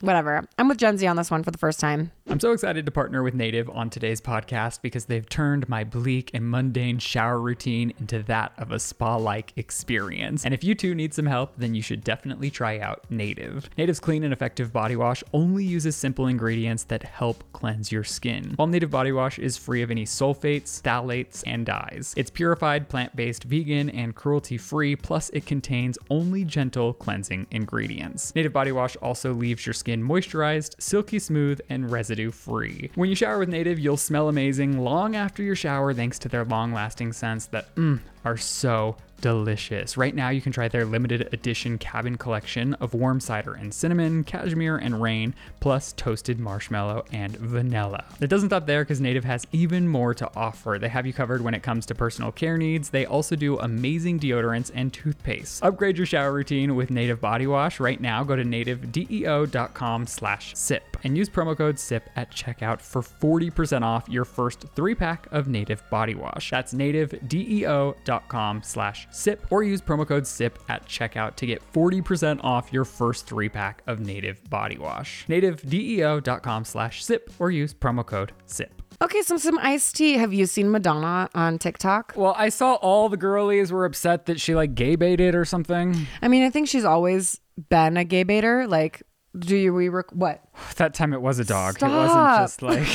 [SPEAKER 1] Whatever. I'm with Gen Z on this one for the first time.
[SPEAKER 2] I'm so excited to partner with Native on today's podcast because they've turned my bleak and mundane shower routine into that of a spa like experience. And if you too need some help, then you should definitely try out Native. Native's clean and effective body wash only uses simple ingredients that help cleanse your skin. While Native Body Wash is free of any sulfates, phthalates, and dyes, it's purified, plant based, vegan, and cruelty free, plus it contains only gentle cleansing ingredients. Native Body Wash also leaves your skin moisturized, silky smooth, and residue free. When you shower with Native, you'll smell amazing long after your shower thanks to their long lasting scents that mm, are so delicious. Right now, you can try their limited edition cabin collection of warm cider and cinnamon, cashmere and rain, plus toasted marshmallow and vanilla. It doesn't stop there because Native has even more to offer. They have you covered when it comes to personal care needs. They also do amazing deodorants and toothpaste. Upgrade your shower routine with Native Body Wash. Right now, go to nativedeo.com slash sip and use promo code SIP at checkout for 40% off your first three pack of Native Body Wash. That's nativedeo.com slash SIP or use promo code SIP at checkout to get 40% off your first three pack of Native Body Wash. nativedeo.com slash SIP or use promo code SIP.
[SPEAKER 1] Okay, so some iced tea. Have you seen Madonna on TikTok?
[SPEAKER 2] Well, I saw all the girlies were upset that she like gay baited or something.
[SPEAKER 1] I mean, I think she's always been a gay baiter. Like, Do you we rec- what?
[SPEAKER 2] That time it was a dog.
[SPEAKER 1] <laughs>
[SPEAKER 2] It <laughs> wasn't just like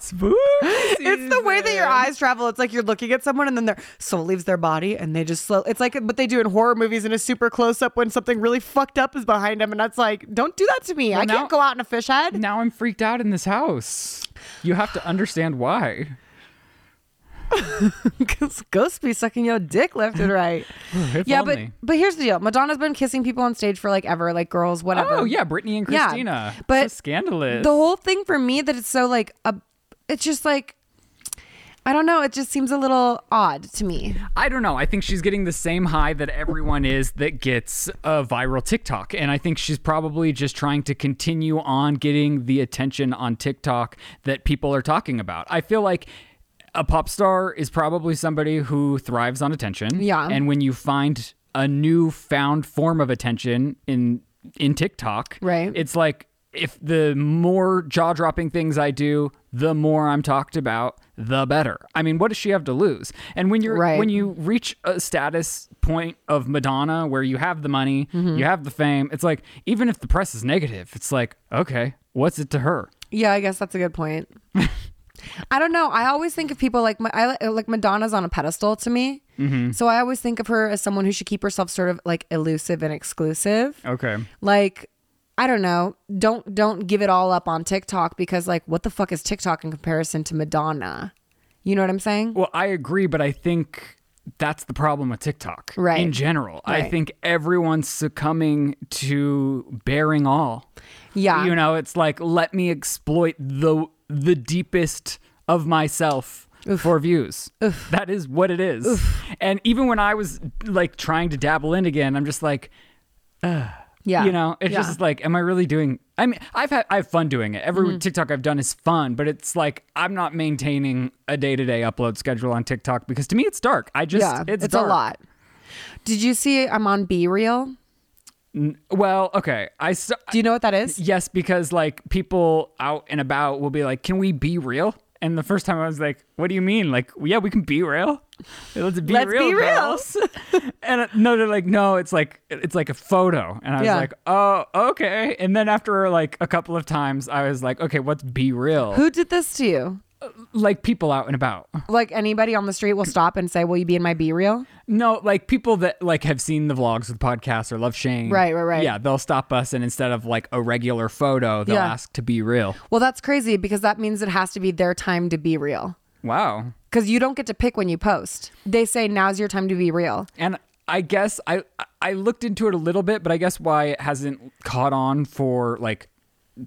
[SPEAKER 2] spook.
[SPEAKER 1] It's the way that your eyes travel. It's like you're looking at someone and then their soul leaves their body and they just slow. It's like what they do in horror movies in a super close up when something really fucked up is behind them. And that's like, don't do that to me. I
[SPEAKER 2] now-
[SPEAKER 1] can't go out in a fish <laughs> head.
[SPEAKER 2] Now I'm freaked out in this house. You have to
[SPEAKER 1] <sighs>
[SPEAKER 2] understand why.
[SPEAKER 1] Because ghosts be sucking your dick left and <laughs> right.
[SPEAKER 2] If
[SPEAKER 1] yeah, but
[SPEAKER 2] only.
[SPEAKER 1] but here's the deal Madonna's been kissing people on stage for like ever, like girls, whatever.
[SPEAKER 2] Oh yeah, Brittany and
[SPEAKER 1] Yeah,
[SPEAKER 2] Christina.
[SPEAKER 1] but
[SPEAKER 2] so scandalous.
[SPEAKER 1] the whole thing for me that it's so like a, it's just like I don't know. It just seems a little odd to me.
[SPEAKER 2] I don't know. I think she's getting the same high that everyone is that gets a viral TikTok. And I think she's probably just trying to continue on getting the attention on TikTok that people are talking about. I feel like a pop star is probably somebody who thrives on attention.
[SPEAKER 1] Yeah.
[SPEAKER 2] And when you find a new found form of attention in in TikTok,
[SPEAKER 1] Right.
[SPEAKER 2] it's like if the more jaw dropping things I do, the more I'm talked about, the better. I mean, what does she have to lose? And when you're
[SPEAKER 1] Right.
[SPEAKER 2] when you reach a status point of Madonna where you have the money,
[SPEAKER 1] Mm-hmm.
[SPEAKER 2] you have the fame, it's like even if the press is negative, it's like okay, what's it to her?
[SPEAKER 1] Yeah, I guess that's a good point. I don't know. I always think of people like my, I like Madonna's on a pedestal to me.
[SPEAKER 2] Mm-hmm.
[SPEAKER 1] So I always think of her as someone who should keep herself sort of like elusive and exclusive.
[SPEAKER 2] Okay,
[SPEAKER 1] Like I don't know. Don't don't give it all up on TikTok because like what the fuck is TikTok in comparison to Madonna? You know what I'm saying?
[SPEAKER 2] Well, I agree, but I think that's the problem with TikTok
[SPEAKER 1] Right.
[SPEAKER 2] in general. I
[SPEAKER 1] Right.
[SPEAKER 2] think everyone's succumbing to bearing all.
[SPEAKER 1] Yeah.
[SPEAKER 2] You know, it's like let me exploit the the deepest of myself for views. That is what it is. And even when I was like trying to dabble in again, I'm just like
[SPEAKER 1] yeah.
[SPEAKER 2] you know, it's
[SPEAKER 1] Yeah.
[SPEAKER 2] just like, am I really doing? I mean, I've had I have fun doing it.
[SPEAKER 1] Mm-hmm.
[SPEAKER 2] Every TikTok I've done is fun, but it's like I'm not maintaining a day to day upload schedule on TikTok because to me it's dark. I just
[SPEAKER 1] yeah.
[SPEAKER 2] it's,
[SPEAKER 1] It's, a
[SPEAKER 2] dark.
[SPEAKER 1] lot. Did you see I'm on B Real?
[SPEAKER 2] Well, okay, I s-
[SPEAKER 1] Do you know what that is?
[SPEAKER 2] yes because like people out and about will be like, can we be real? And the first time I was like, what do you mean? Like, yeah, we can be real. Let's be
[SPEAKER 1] Let's
[SPEAKER 2] real.
[SPEAKER 1] be real.
[SPEAKER 2] girls." <laughs> and uh, no, they're like, no, it's like it's like a photo. And I was
[SPEAKER 1] Yeah.
[SPEAKER 2] like, oh, okay. And then after like a couple of times, I was like, okay, what's be real?
[SPEAKER 1] Who did this to you?
[SPEAKER 2] like people out and about.
[SPEAKER 1] Like anybody on the street will stop and say, "Will you be in my B Real?"
[SPEAKER 2] No, like people that like have seen the vlogs with podcasts or love Shane.
[SPEAKER 1] Right, right, right.
[SPEAKER 2] Yeah, they'll stop us and instead of like a regular photo, they'll
[SPEAKER 1] Yeah.
[SPEAKER 2] ask to be real.
[SPEAKER 1] Well, that's crazy because that means it has to be their time to be real.
[SPEAKER 2] Wow.
[SPEAKER 1] Because you don't get to pick when you post. They say now's your time to be real.
[SPEAKER 2] And I guess I I looked into it a little bit, but I guess why it hasn't caught on for like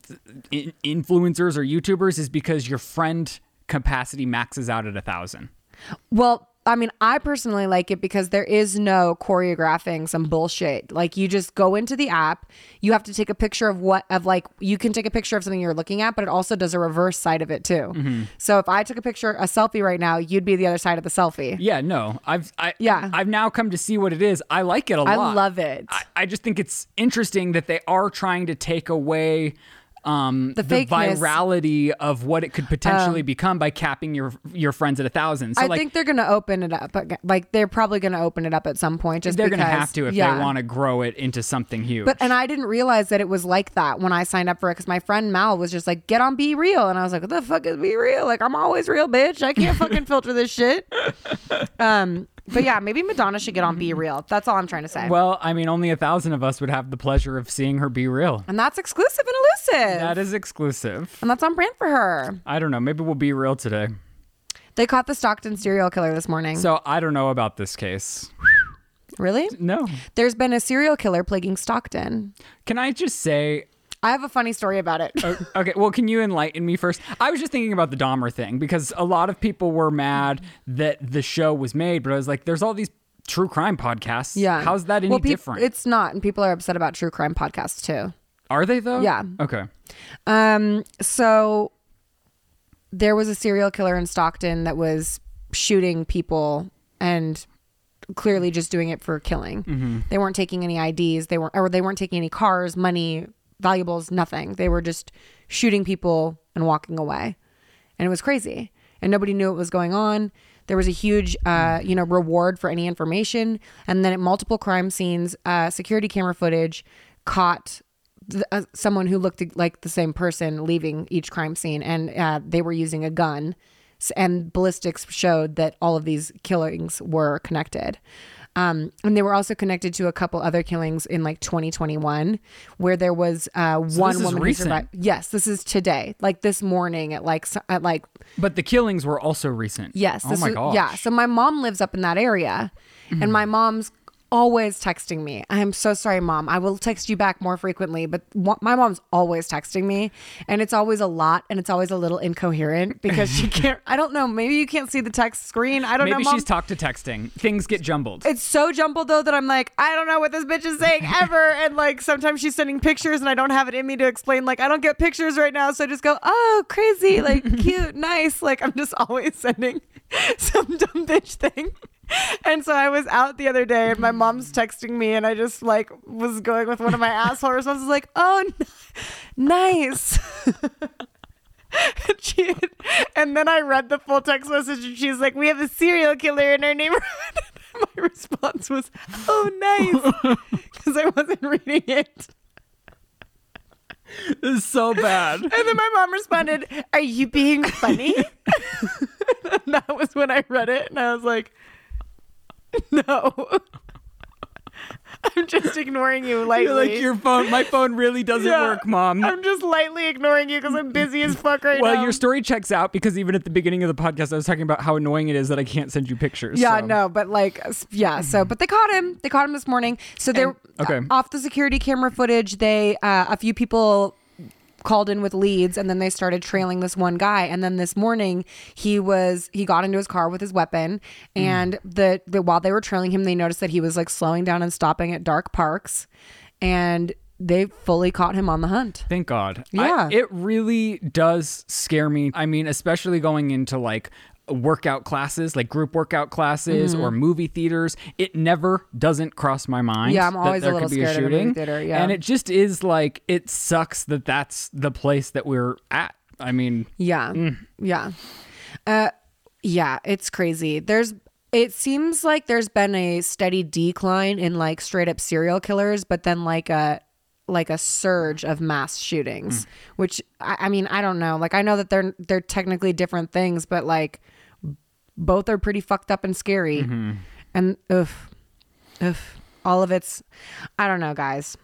[SPEAKER 2] th- in- influencers or YouTubers is because your friend capacity maxes out at a thousand.
[SPEAKER 1] Well, I mean, I personally like it because there is no choreographing some bullshit. Like you just go into the app, you have to take a picture of what of like you can take a picture of something you're looking at, but it also does a reverse side of it too.
[SPEAKER 2] Mm-hmm.
[SPEAKER 1] So if I took a picture, a selfie right now, you'd be the other side of the selfie.
[SPEAKER 2] Yeah, no, I've I
[SPEAKER 1] Yeah.
[SPEAKER 2] I've now come to see what it is. I like it a
[SPEAKER 1] I
[SPEAKER 2] lot.
[SPEAKER 1] love it.
[SPEAKER 2] I, I just think it's interesting that they are trying to take away um, the,
[SPEAKER 1] fakeness. Oh.
[SPEAKER 2] virality of what it could potentially become by capping your your friends at a thousand. So
[SPEAKER 1] I
[SPEAKER 2] like
[SPEAKER 1] think they're gonna open it up. aga- Like they're probably gonna open it up at some point. Just
[SPEAKER 2] they're
[SPEAKER 1] because,
[SPEAKER 2] gonna have to if
[SPEAKER 1] yeah.
[SPEAKER 2] they want to grow it into something huge.
[SPEAKER 1] But and I didn't realize that it was like that when I signed up for it because my friend Mal was just like, "Get on Be Real," and I was like, "What the fuck is Be Real? Like I'm always real, bitch. I can't fucking filter this shit."
[SPEAKER 2] <laughs>
[SPEAKER 1] Um, but yeah, maybe Madonna should get on Be Real. That's all I'm trying to say.
[SPEAKER 2] well, I mean, only a thousand of us would have the pleasure of seeing her be real.
[SPEAKER 1] and that's exclusive and elusive,
[SPEAKER 2] That is exclusive.
[SPEAKER 1] and that's on brand for her.
[SPEAKER 2] I don't know. Maybe we'll be real today.
[SPEAKER 1] They caught the Stockton serial killer this morning.
[SPEAKER 2] So I don't know about this case.
[SPEAKER 1] really,
[SPEAKER 2] No.
[SPEAKER 1] there's been a serial killer plaguing Stockton.
[SPEAKER 2] Can I just say
[SPEAKER 1] I have a funny story about it.
[SPEAKER 2] O- okay, well, can you enlighten me first? I was just thinking about the Dahmer thing because a lot of people were mad that the show was made, but I was like, there's all these true crime podcasts.
[SPEAKER 1] Yeah.
[SPEAKER 2] <laughs> How's that any
[SPEAKER 1] Well, peop-
[SPEAKER 2] different?
[SPEAKER 1] It's not, and people are upset about true crime podcasts too.
[SPEAKER 2] Are they, though?
[SPEAKER 1] Yeah.
[SPEAKER 2] Okay.
[SPEAKER 1] Um, so there was a serial killer in Stockton that was shooting people and clearly just doing it for killing. They weren't taking any IDs, they weren't or they weren't taking any cars, money, valuables, nothing. They were just shooting people and walking away. And it was crazy. And nobody knew what was going on. There was a huge, uh, you know, reward for any information, and then at multiple crime scenes, uh, security camera footage, caught th- uh, someone who looked like the same person leaving each crime scene, and uh, they were using a gun. S- And ballistics showed that all of these killings were connected. Um, and they were also connected to a couple other killings in like 2021, where there was uh, one
[SPEAKER 2] this is
[SPEAKER 1] woman who
[SPEAKER 2] recent.
[SPEAKER 1] survived. Yes, this is today, like this morning at like s- at like
[SPEAKER 2] But the killings were also recent.
[SPEAKER 1] Yes.
[SPEAKER 2] Oh my
[SPEAKER 1] was-
[SPEAKER 2] gosh. Mm-hmm.
[SPEAKER 1] Yeah. So my mom lives up in that area, and my mom's always texting me. I am so sorry, mom. I will text you back more frequently, but wa- my mom's always texting me, and it's always a lot, and it's always a little incoherent because
[SPEAKER 2] <laughs>
[SPEAKER 1] she can't. I don't know. Maybe you can't see the text screen. I don't know.
[SPEAKER 2] Maybe
[SPEAKER 1] Mom.
[SPEAKER 2] she's talked to texting. Things get jumbled. <laughs>
[SPEAKER 1] it's so jumbled though that I'm like, I don't know what this bitch is saying ever. and like sometimes she's sending pictures and I don't have it in me to explain, like, I don't get pictures right now. So I just go, oh, crazy, like cute, nice. Like I'm just always sending <laughs> some dumb bitch thing. And so I was out the other day and my mom's texting me and I just like was going with one of my asshole responses like, oh, n- nice. she, <laughs> and then I read the full text message, and she's like, "We have a serial killer in our neighborhood." <laughs> My response was,
[SPEAKER 2] <laughs>
[SPEAKER 1] "Oh, nice," because I wasn't reading it.
[SPEAKER 2] This is so bad.
[SPEAKER 1] And then my mom responded, "Are you being funny?" <laughs> and that was when I read it, and I was like, <laughs> "No." <laughs> I'm just ignoring you lightly.
[SPEAKER 2] You're like your phone. My phone really doesn't
[SPEAKER 1] Yeah.
[SPEAKER 2] work, mom.
[SPEAKER 1] I'm just lightly ignoring you because I'm busy as fuck right
[SPEAKER 2] well,
[SPEAKER 1] now.
[SPEAKER 2] your story checks out because even at the beginning of the podcast, I was talking about how annoying it is that I can't send you pictures.
[SPEAKER 1] Yeah,
[SPEAKER 2] so. Mm-hmm.
[SPEAKER 1] no, but like, s- yeah. So, but they caught him. They caught him this morning. So they're
[SPEAKER 2] okay.
[SPEAKER 1] off the security camera footage. They uh, a few people called in with leads, and then they started trailing this one guy. And then this morning, he was he got into his car with his weapon,
[SPEAKER 2] Mm.
[SPEAKER 1] and the, the while they were trailing him, they noticed that he was like slowing down and stopping at dark parks, and they fully caught him on the hunt.
[SPEAKER 2] Thank God. I-
[SPEAKER 1] Yeah.
[SPEAKER 2] it really does scare me. I mean, especially going into like workout classes, like group workout classes
[SPEAKER 1] Mm-hmm.
[SPEAKER 2] or movie theaters. It never doesn't cross my mind.
[SPEAKER 1] Yeah, I'm
[SPEAKER 2] that
[SPEAKER 1] always a
[SPEAKER 2] there
[SPEAKER 1] little
[SPEAKER 2] could be
[SPEAKER 1] scared of a movie
[SPEAKER 2] shooting.
[SPEAKER 1] theater, yeah.
[SPEAKER 2] And it just is like, it sucks that that's the place that we're at. I mean,
[SPEAKER 1] Yeah. Yeah. Uh yeah, it's crazy. There's it seems like there's been a steady decline in like straight up serial killers, but then like a like a surge of mass shootings, which I, I mean, I don't know. Like I know that they're they're technically different things, but like both are pretty fucked up and scary. And oof. Oof. All of it's I don't know, guys.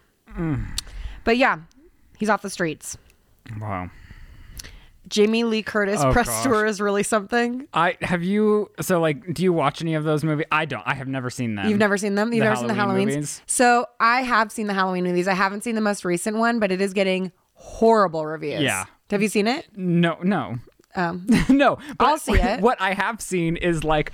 [SPEAKER 1] But yeah, he's off the streets.
[SPEAKER 2] wow.
[SPEAKER 1] Jamie Lee Curtis
[SPEAKER 2] Oh,
[SPEAKER 1] press
[SPEAKER 2] gosh.
[SPEAKER 1] tour is really something.
[SPEAKER 2] I have you so like do you watch any of those movies? I don't. I have never seen them.
[SPEAKER 1] You've never seen them. You've
[SPEAKER 2] the
[SPEAKER 1] never seen the
[SPEAKER 2] Halloween
[SPEAKER 1] Halloweens.
[SPEAKER 2] movies?
[SPEAKER 1] So I have seen the Halloween movies. I haven't seen the most recent one, but it is getting horrible reviews.
[SPEAKER 2] Yeah.
[SPEAKER 1] Have you seen it?
[SPEAKER 2] No, no.
[SPEAKER 1] Um,
[SPEAKER 2] <laughs> no, but
[SPEAKER 1] I'll see it.
[SPEAKER 2] What I have seen is like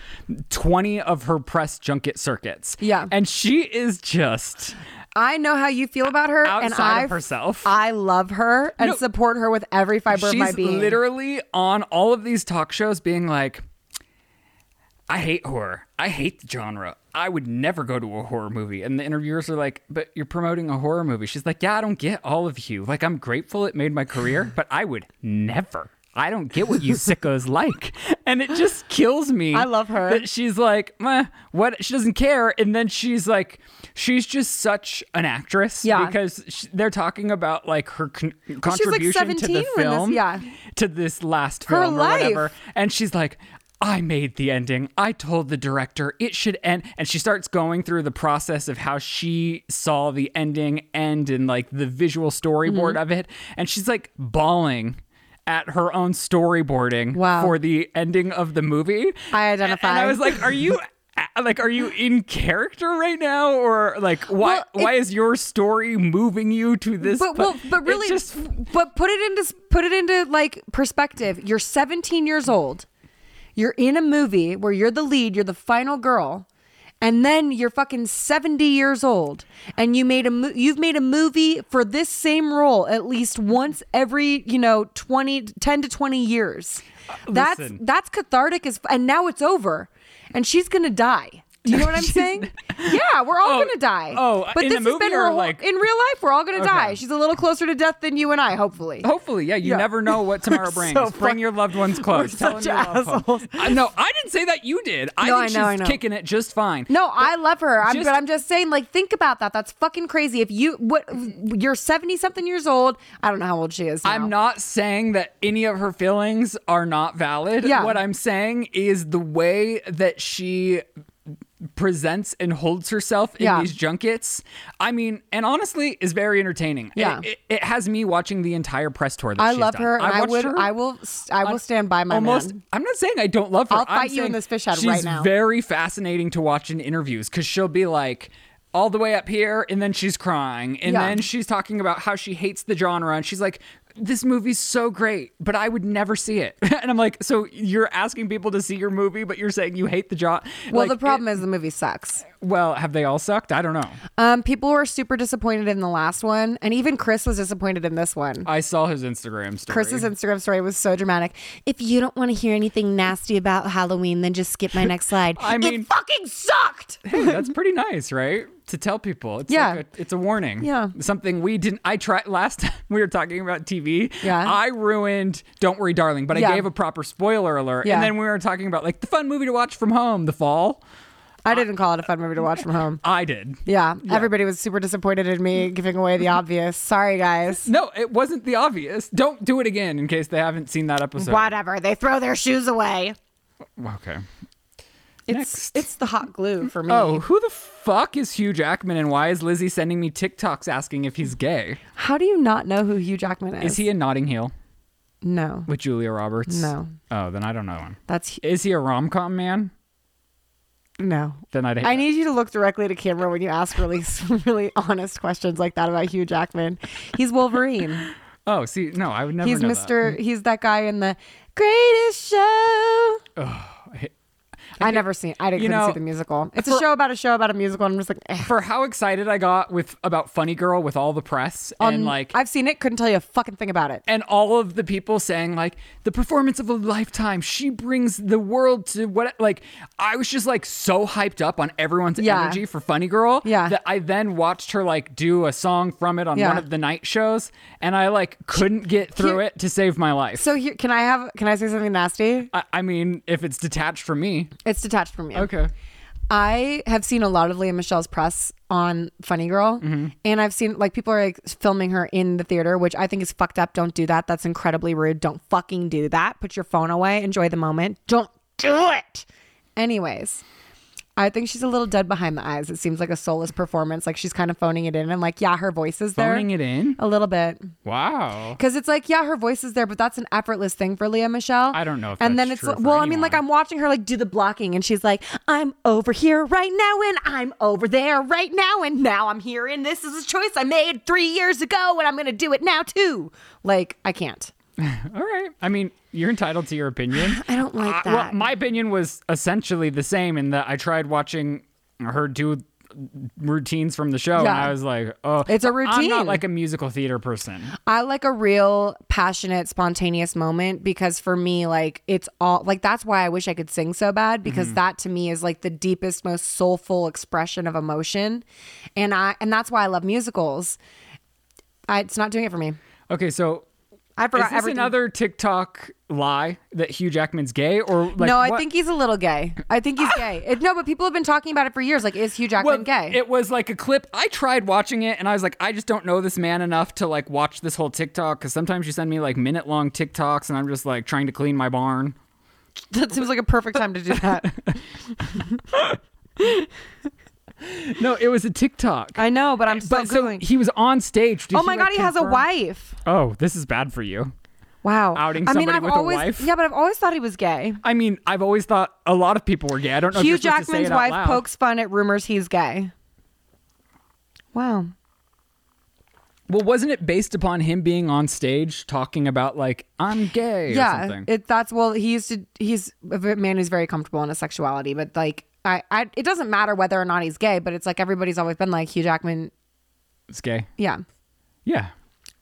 [SPEAKER 2] 20 of her press junket circuits.
[SPEAKER 1] Yeah.
[SPEAKER 2] And she is just
[SPEAKER 1] I know how you feel about her, and
[SPEAKER 2] Outside of
[SPEAKER 1] I
[SPEAKER 2] herself.
[SPEAKER 1] I love her and
[SPEAKER 2] No.
[SPEAKER 1] support her with every fiber of my
[SPEAKER 2] she's
[SPEAKER 1] being.
[SPEAKER 2] literally on all of these talk shows being like I hate horror. I hate the genre. I would never go to a horror movie. And the interviewers are like, "But you're promoting a horror movie." She's like, "Yeah, I don't get all of you. Like I'm grateful it made
[SPEAKER 1] <laughs>
[SPEAKER 2] my career, but I would never. I don't get what you sickos like." And it just kills me.
[SPEAKER 1] I love her.
[SPEAKER 2] that she's like, "Meh, what? She doesn't care. And then she's like, she's just such an actress.
[SPEAKER 1] Yeah.
[SPEAKER 2] Because sh they're talking about like her con-
[SPEAKER 1] She was, like,
[SPEAKER 2] contribution to
[SPEAKER 1] 17
[SPEAKER 2] the
[SPEAKER 1] when this-
[SPEAKER 2] film.
[SPEAKER 1] yeah.
[SPEAKER 2] To this last
[SPEAKER 1] Her
[SPEAKER 2] film
[SPEAKER 1] life.
[SPEAKER 2] or whatever. And she's like, I made the ending. I told the director it should end. And she starts going through the process of how she saw the ending end and like the visual storyboard
[SPEAKER 1] Mm-hmm.
[SPEAKER 2] of it. And she's like bawling at her own storyboarding
[SPEAKER 1] Wow.
[SPEAKER 2] for the ending of the movie.
[SPEAKER 1] I
[SPEAKER 2] And-
[SPEAKER 1] identify.
[SPEAKER 2] And I was like,
[SPEAKER 1] <laughs>
[SPEAKER 2] are you a- like are you in character right now or like why
[SPEAKER 1] Well, it-
[SPEAKER 2] why is your story moving you to this
[SPEAKER 1] but
[SPEAKER 2] pla-
[SPEAKER 1] well, but
[SPEAKER 2] It
[SPEAKER 1] really,
[SPEAKER 2] just
[SPEAKER 1] but put it into put it into like perspective. You're 17 years old. You're in a movie where you're the lead. You're the final girl, and then you're fucking 70 years old, and you made a mo- you've made a movie for this same role at least once every you know 20 10 to 20 years. That's
[SPEAKER 2] Uh, listen.
[SPEAKER 1] that's cathartic as f- and now it's over, and she's gonna die. Do you know
[SPEAKER 2] <laughs>
[SPEAKER 1] what I'm saying? Yeah, we're all
[SPEAKER 2] Oh,
[SPEAKER 1] gonna die.
[SPEAKER 2] oh,
[SPEAKER 1] but
[SPEAKER 2] in
[SPEAKER 1] this
[SPEAKER 2] the
[SPEAKER 1] has been
[SPEAKER 2] movie
[SPEAKER 1] her
[SPEAKER 2] or,
[SPEAKER 1] whole-
[SPEAKER 2] like-
[SPEAKER 1] in real life. We're all gonna die.
[SPEAKER 2] Okay.
[SPEAKER 1] She's a little closer to death than you and I, hopefully.
[SPEAKER 2] Hopefully, yeah. You
[SPEAKER 1] Yeah.
[SPEAKER 2] never
[SPEAKER 1] <laughs>
[SPEAKER 2] know what tomorrow brings.
[SPEAKER 1] so
[SPEAKER 2] Bring your loved ones close. Tell
[SPEAKER 1] such
[SPEAKER 2] them you love 'em.
[SPEAKER 1] assholes.
[SPEAKER 2] I- no, I didn't say that. You did. I
[SPEAKER 1] No, I
[SPEAKER 2] think
[SPEAKER 1] know,
[SPEAKER 2] she's
[SPEAKER 1] I know.
[SPEAKER 2] kicking it just fine.
[SPEAKER 1] No, I love her. I'm,
[SPEAKER 2] just-
[SPEAKER 1] but I'm just saying, like, think about that. That's fucking crazy. If you what you're 70 something years old. I don't know how old she is. Now.
[SPEAKER 2] I'm not saying that any of her feelings are not valid.
[SPEAKER 1] Yeah.
[SPEAKER 2] What I'm saying is the way that she presents and holds herself in
[SPEAKER 1] Yeah.
[SPEAKER 2] these junkets. I mean, and honestly, is very entertaining.
[SPEAKER 1] Yeah.
[SPEAKER 2] It, it, it has me watching the entire press tour that
[SPEAKER 1] I
[SPEAKER 2] she's
[SPEAKER 1] love
[SPEAKER 2] done.
[SPEAKER 1] her. And I,
[SPEAKER 2] watched
[SPEAKER 1] would.
[SPEAKER 2] her
[SPEAKER 1] I will. s- I will stand by my
[SPEAKER 2] almost
[SPEAKER 1] man.
[SPEAKER 2] I'm not saying I don't love her.
[SPEAKER 1] I'll
[SPEAKER 2] I'm
[SPEAKER 1] fight you in
[SPEAKER 2] saying
[SPEAKER 1] this fish head
[SPEAKER 2] she's
[SPEAKER 1] right now.
[SPEAKER 2] very fascinating to watch in interviews because she'll be like all the way up here and then she's crying and
[SPEAKER 1] Yeah.
[SPEAKER 2] then she's talking about how she hates the genre and she's like this movie's so great but i would never see it <laughs> and i'm like so you're asking people to see your movie but you're saying you hate the genre
[SPEAKER 1] Well, the problem is the movie sucks.
[SPEAKER 2] well have they all sucked i don't know
[SPEAKER 1] Um, people were super disappointed in the last one, and even Chris was disappointed in this one.
[SPEAKER 2] i saw his instagram story
[SPEAKER 1] Chris's Instagram story was so dramatic. If you don't want to hear anything nasty about Halloween, then just skip my next slide.
[SPEAKER 2] I mean-
[SPEAKER 1] it fucking sucked. <laughs>
[SPEAKER 2] Hey, that's pretty nice, right? To tell people, it's
[SPEAKER 1] Yeah.
[SPEAKER 2] like a, it's a warning.
[SPEAKER 1] Yeah.
[SPEAKER 2] something we didn't. I tried last <laughs> time we were talking about TV.
[SPEAKER 1] Yeah.
[SPEAKER 2] I ruined. Don't worry, darling. But
[SPEAKER 1] Yeah.
[SPEAKER 2] I gave a proper spoiler alert,
[SPEAKER 1] Yeah.
[SPEAKER 2] and then we were talking about like the fun movie to watch from home, The Fall.
[SPEAKER 1] I didn't call it a fun movie to watch from home.
[SPEAKER 2] I did.
[SPEAKER 1] Yeah, everybody was super disappointed in me giving away the obvious. Sorry, guys.
[SPEAKER 2] No, it wasn't the obvious. Don't do it again in case they haven't seen that episode.
[SPEAKER 1] Whatever. They throw their shoes away.
[SPEAKER 2] Okay.
[SPEAKER 1] It's
[SPEAKER 2] Next.
[SPEAKER 1] it's the hot glue for me.
[SPEAKER 2] Oh, who the fuck is Hugh Jackman, and why is Lizzie sending me TikToks asking if he's gay?
[SPEAKER 1] How do you not know who Hugh Jackman is?
[SPEAKER 2] Is he in Notting Hill
[SPEAKER 1] No,
[SPEAKER 2] with Julia Roberts?
[SPEAKER 1] No.
[SPEAKER 2] Oh, then I don't know him.
[SPEAKER 1] that's
[SPEAKER 2] Is he a rom com man?
[SPEAKER 1] no.
[SPEAKER 2] Then I'd. Hate
[SPEAKER 1] I need you to look directly to camera when you ask really <laughs> really honest questions like that about Hugh Jackman. He's
[SPEAKER 2] <laughs>
[SPEAKER 1] Wolverine.
[SPEAKER 2] Oh, see, no, I would never.
[SPEAKER 1] he's
[SPEAKER 2] know Mm.
[SPEAKER 1] Mister. He's that guy in the Greatest Show.
[SPEAKER 2] that.
[SPEAKER 1] I never seen. I didn't
[SPEAKER 2] you
[SPEAKER 1] couldn't
[SPEAKER 2] know,
[SPEAKER 1] see the musical. It's a
[SPEAKER 2] for-
[SPEAKER 1] show about a show about a musical. And I'm just like eh.
[SPEAKER 2] For how excited I got with about Funny Girl with all the press
[SPEAKER 1] Um,
[SPEAKER 2] and like
[SPEAKER 1] I've seen it. Couldn't tell you a fucking thing about it.
[SPEAKER 2] and all of the people saying like the performance of a lifetime. She brings the world to what like I was just like so hyped up on everyone's
[SPEAKER 1] Yeah.
[SPEAKER 2] energy for Funny Girl
[SPEAKER 1] Yeah.
[SPEAKER 2] that I then watched her like do a song from it on
[SPEAKER 1] Yeah.
[SPEAKER 2] one of the night shows and I like couldn't get through
[SPEAKER 1] Here-
[SPEAKER 2] it to save my life.
[SPEAKER 1] So here, can I have? Can I say something nasty?
[SPEAKER 2] I, I mean, if it's detached from me,
[SPEAKER 1] It's detached from you.
[SPEAKER 2] okay.
[SPEAKER 1] I have seen a lot of Leah Michelle's press on Funny Girl,
[SPEAKER 2] Mm-hmm.
[SPEAKER 1] and I've seen like people are like filming her in the theater, which I think is fucked up. Don't do that. That's incredibly rude. Don't fucking do that. Put your phone away. Enjoy the moment. Don't do it. Anyways, I think she's a little dead behind the eyes. It seems like a soulless performance. Like she's kind of phoning it in, and like yeah, her voice is there
[SPEAKER 2] Phoning it in.
[SPEAKER 1] a little bit.
[SPEAKER 2] Wow.
[SPEAKER 1] Because it's like, yeah, her voice is there, but that's an effortless thing for Leah Michelle.
[SPEAKER 2] I don't know if
[SPEAKER 1] and
[SPEAKER 2] that's
[SPEAKER 1] then it's
[SPEAKER 2] true
[SPEAKER 1] like-
[SPEAKER 2] for
[SPEAKER 1] well, I mean, like
[SPEAKER 2] anyone.
[SPEAKER 1] I'm watching her like do the blocking, and she's like, "I'm over here right now, and I'm over there right now, and now I'm here, and this is a choice I made three years ago, and I'm gonna do it now too." Like I can't.
[SPEAKER 2] All right. I mean, you're entitled to your opinion.
[SPEAKER 1] I don't like
[SPEAKER 2] I- Uh, well,
[SPEAKER 1] that.
[SPEAKER 2] my opinion was essentially the same in that I tried watching her do routines from the show, and
[SPEAKER 1] Yeah.
[SPEAKER 2] I was like, "Oh,
[SPEAKER 1] It's a
[SPEAKER 2] I'm
[SPEAKER 1] routine.
[SPEAKER 2] not like a musical theater person.
[SPEAKER 1] I like a real passionate, spontaneous moment because for me, like it's all like that's why I wish I could sing so bad
[SPEAKER 2] Mm-hmm.
[SPEAKER 1] because that to me is like the deepest, most soulful expression of emotion, and I and that's why I love musicals. I, it's not doing it for me.
[SPEAKER 2] Okay, so
[SPEAKER 1] I
[SPEAKER 2] is
[SPEAKER 1] forgot
[SPEAKER 2] this
[SPEAKER 1] everything.
[SPEAKER 2] another TikTok lie that Hugh Jackman's gay, or like
[SPEAKER 1] no, I
[SPEAKER 2] what-
[SPEAKER 1] think he's a little gay. I think he's <laughs> gay. It, no, but people have been talking about it for years. Like, is Hugh
[SPEAKER 2] Well,
[SPEAKER 1] Jackman gay?
[SPEAKER 2] It was like a clip. I tried watching it, and I was like, I just don't know this man enough to like watch this whole TikTok. Because sometimes you send me like minute long TikToks, and I'm just like trying to clean my barn.
[SPEAKER 1] <laughs> that seems like a perfect time to do that.
[SPEAKER 2] No, it was a TikTok.
[SPEAKER 1] <laughs> I know, but I'm still
[SPEAKER 2] but so
[SPEAKER 1] googling.
[SPEAKER 2] he was on stage. Did
[SPEAKER 1] oh
[SPEAKER 2] he,
[SPEAKER 1] my
[SPEAKER 2] like,
[SPEAKER 1] god, he has a
[SPEAKER 2] confirm-
[SPEAKER 1] wife.
[SPEAKER 2] Oh, this is bad for you.
[SPEAKER 1] Wow.
[SPEAKER 2] Outing
[SPEAKER 1] I mean,
[SPEAKER 2] somebody
[SPEAKER 1] I've
[SPEAKER 2] with a
[SPEAKER 1] always
[SPEAKER 2] wife?
[SPEAKER 1] yeah, but I've always thought he was gay.
[SPEAKER 2] I mean, I've always thought a lot of people were gay. I don't know.
[SPEAKER 1] Hugh
[SPEAKER 2] if you're supposed to say
[SPEAKER 1] Jackman's
[SPEAKER 2] it out
[SPEAKER 1] wife
[SPEAKER 2] loud.
[SPEAKER 1] pokes fun at rumors he's gay. Wow.
[SPEAKER 2] Well, wasn't it based upon him being on stage talking about like I'm gay or
[SPEAKER 1] Yeah,
[SPEAKER 2] something?
[SPEAKER 1] it, that's well. He used to. He's a v- man who's very comfortable in his sexuality, but like, I, I, it doesn't matter whether or not he's gay, but it's like everybody's always been like Hugh Jackman.
[SPEAKER 2] it's gay.
[SPEAKER 1] Yeah,
[SPEAKER 2] Yeah.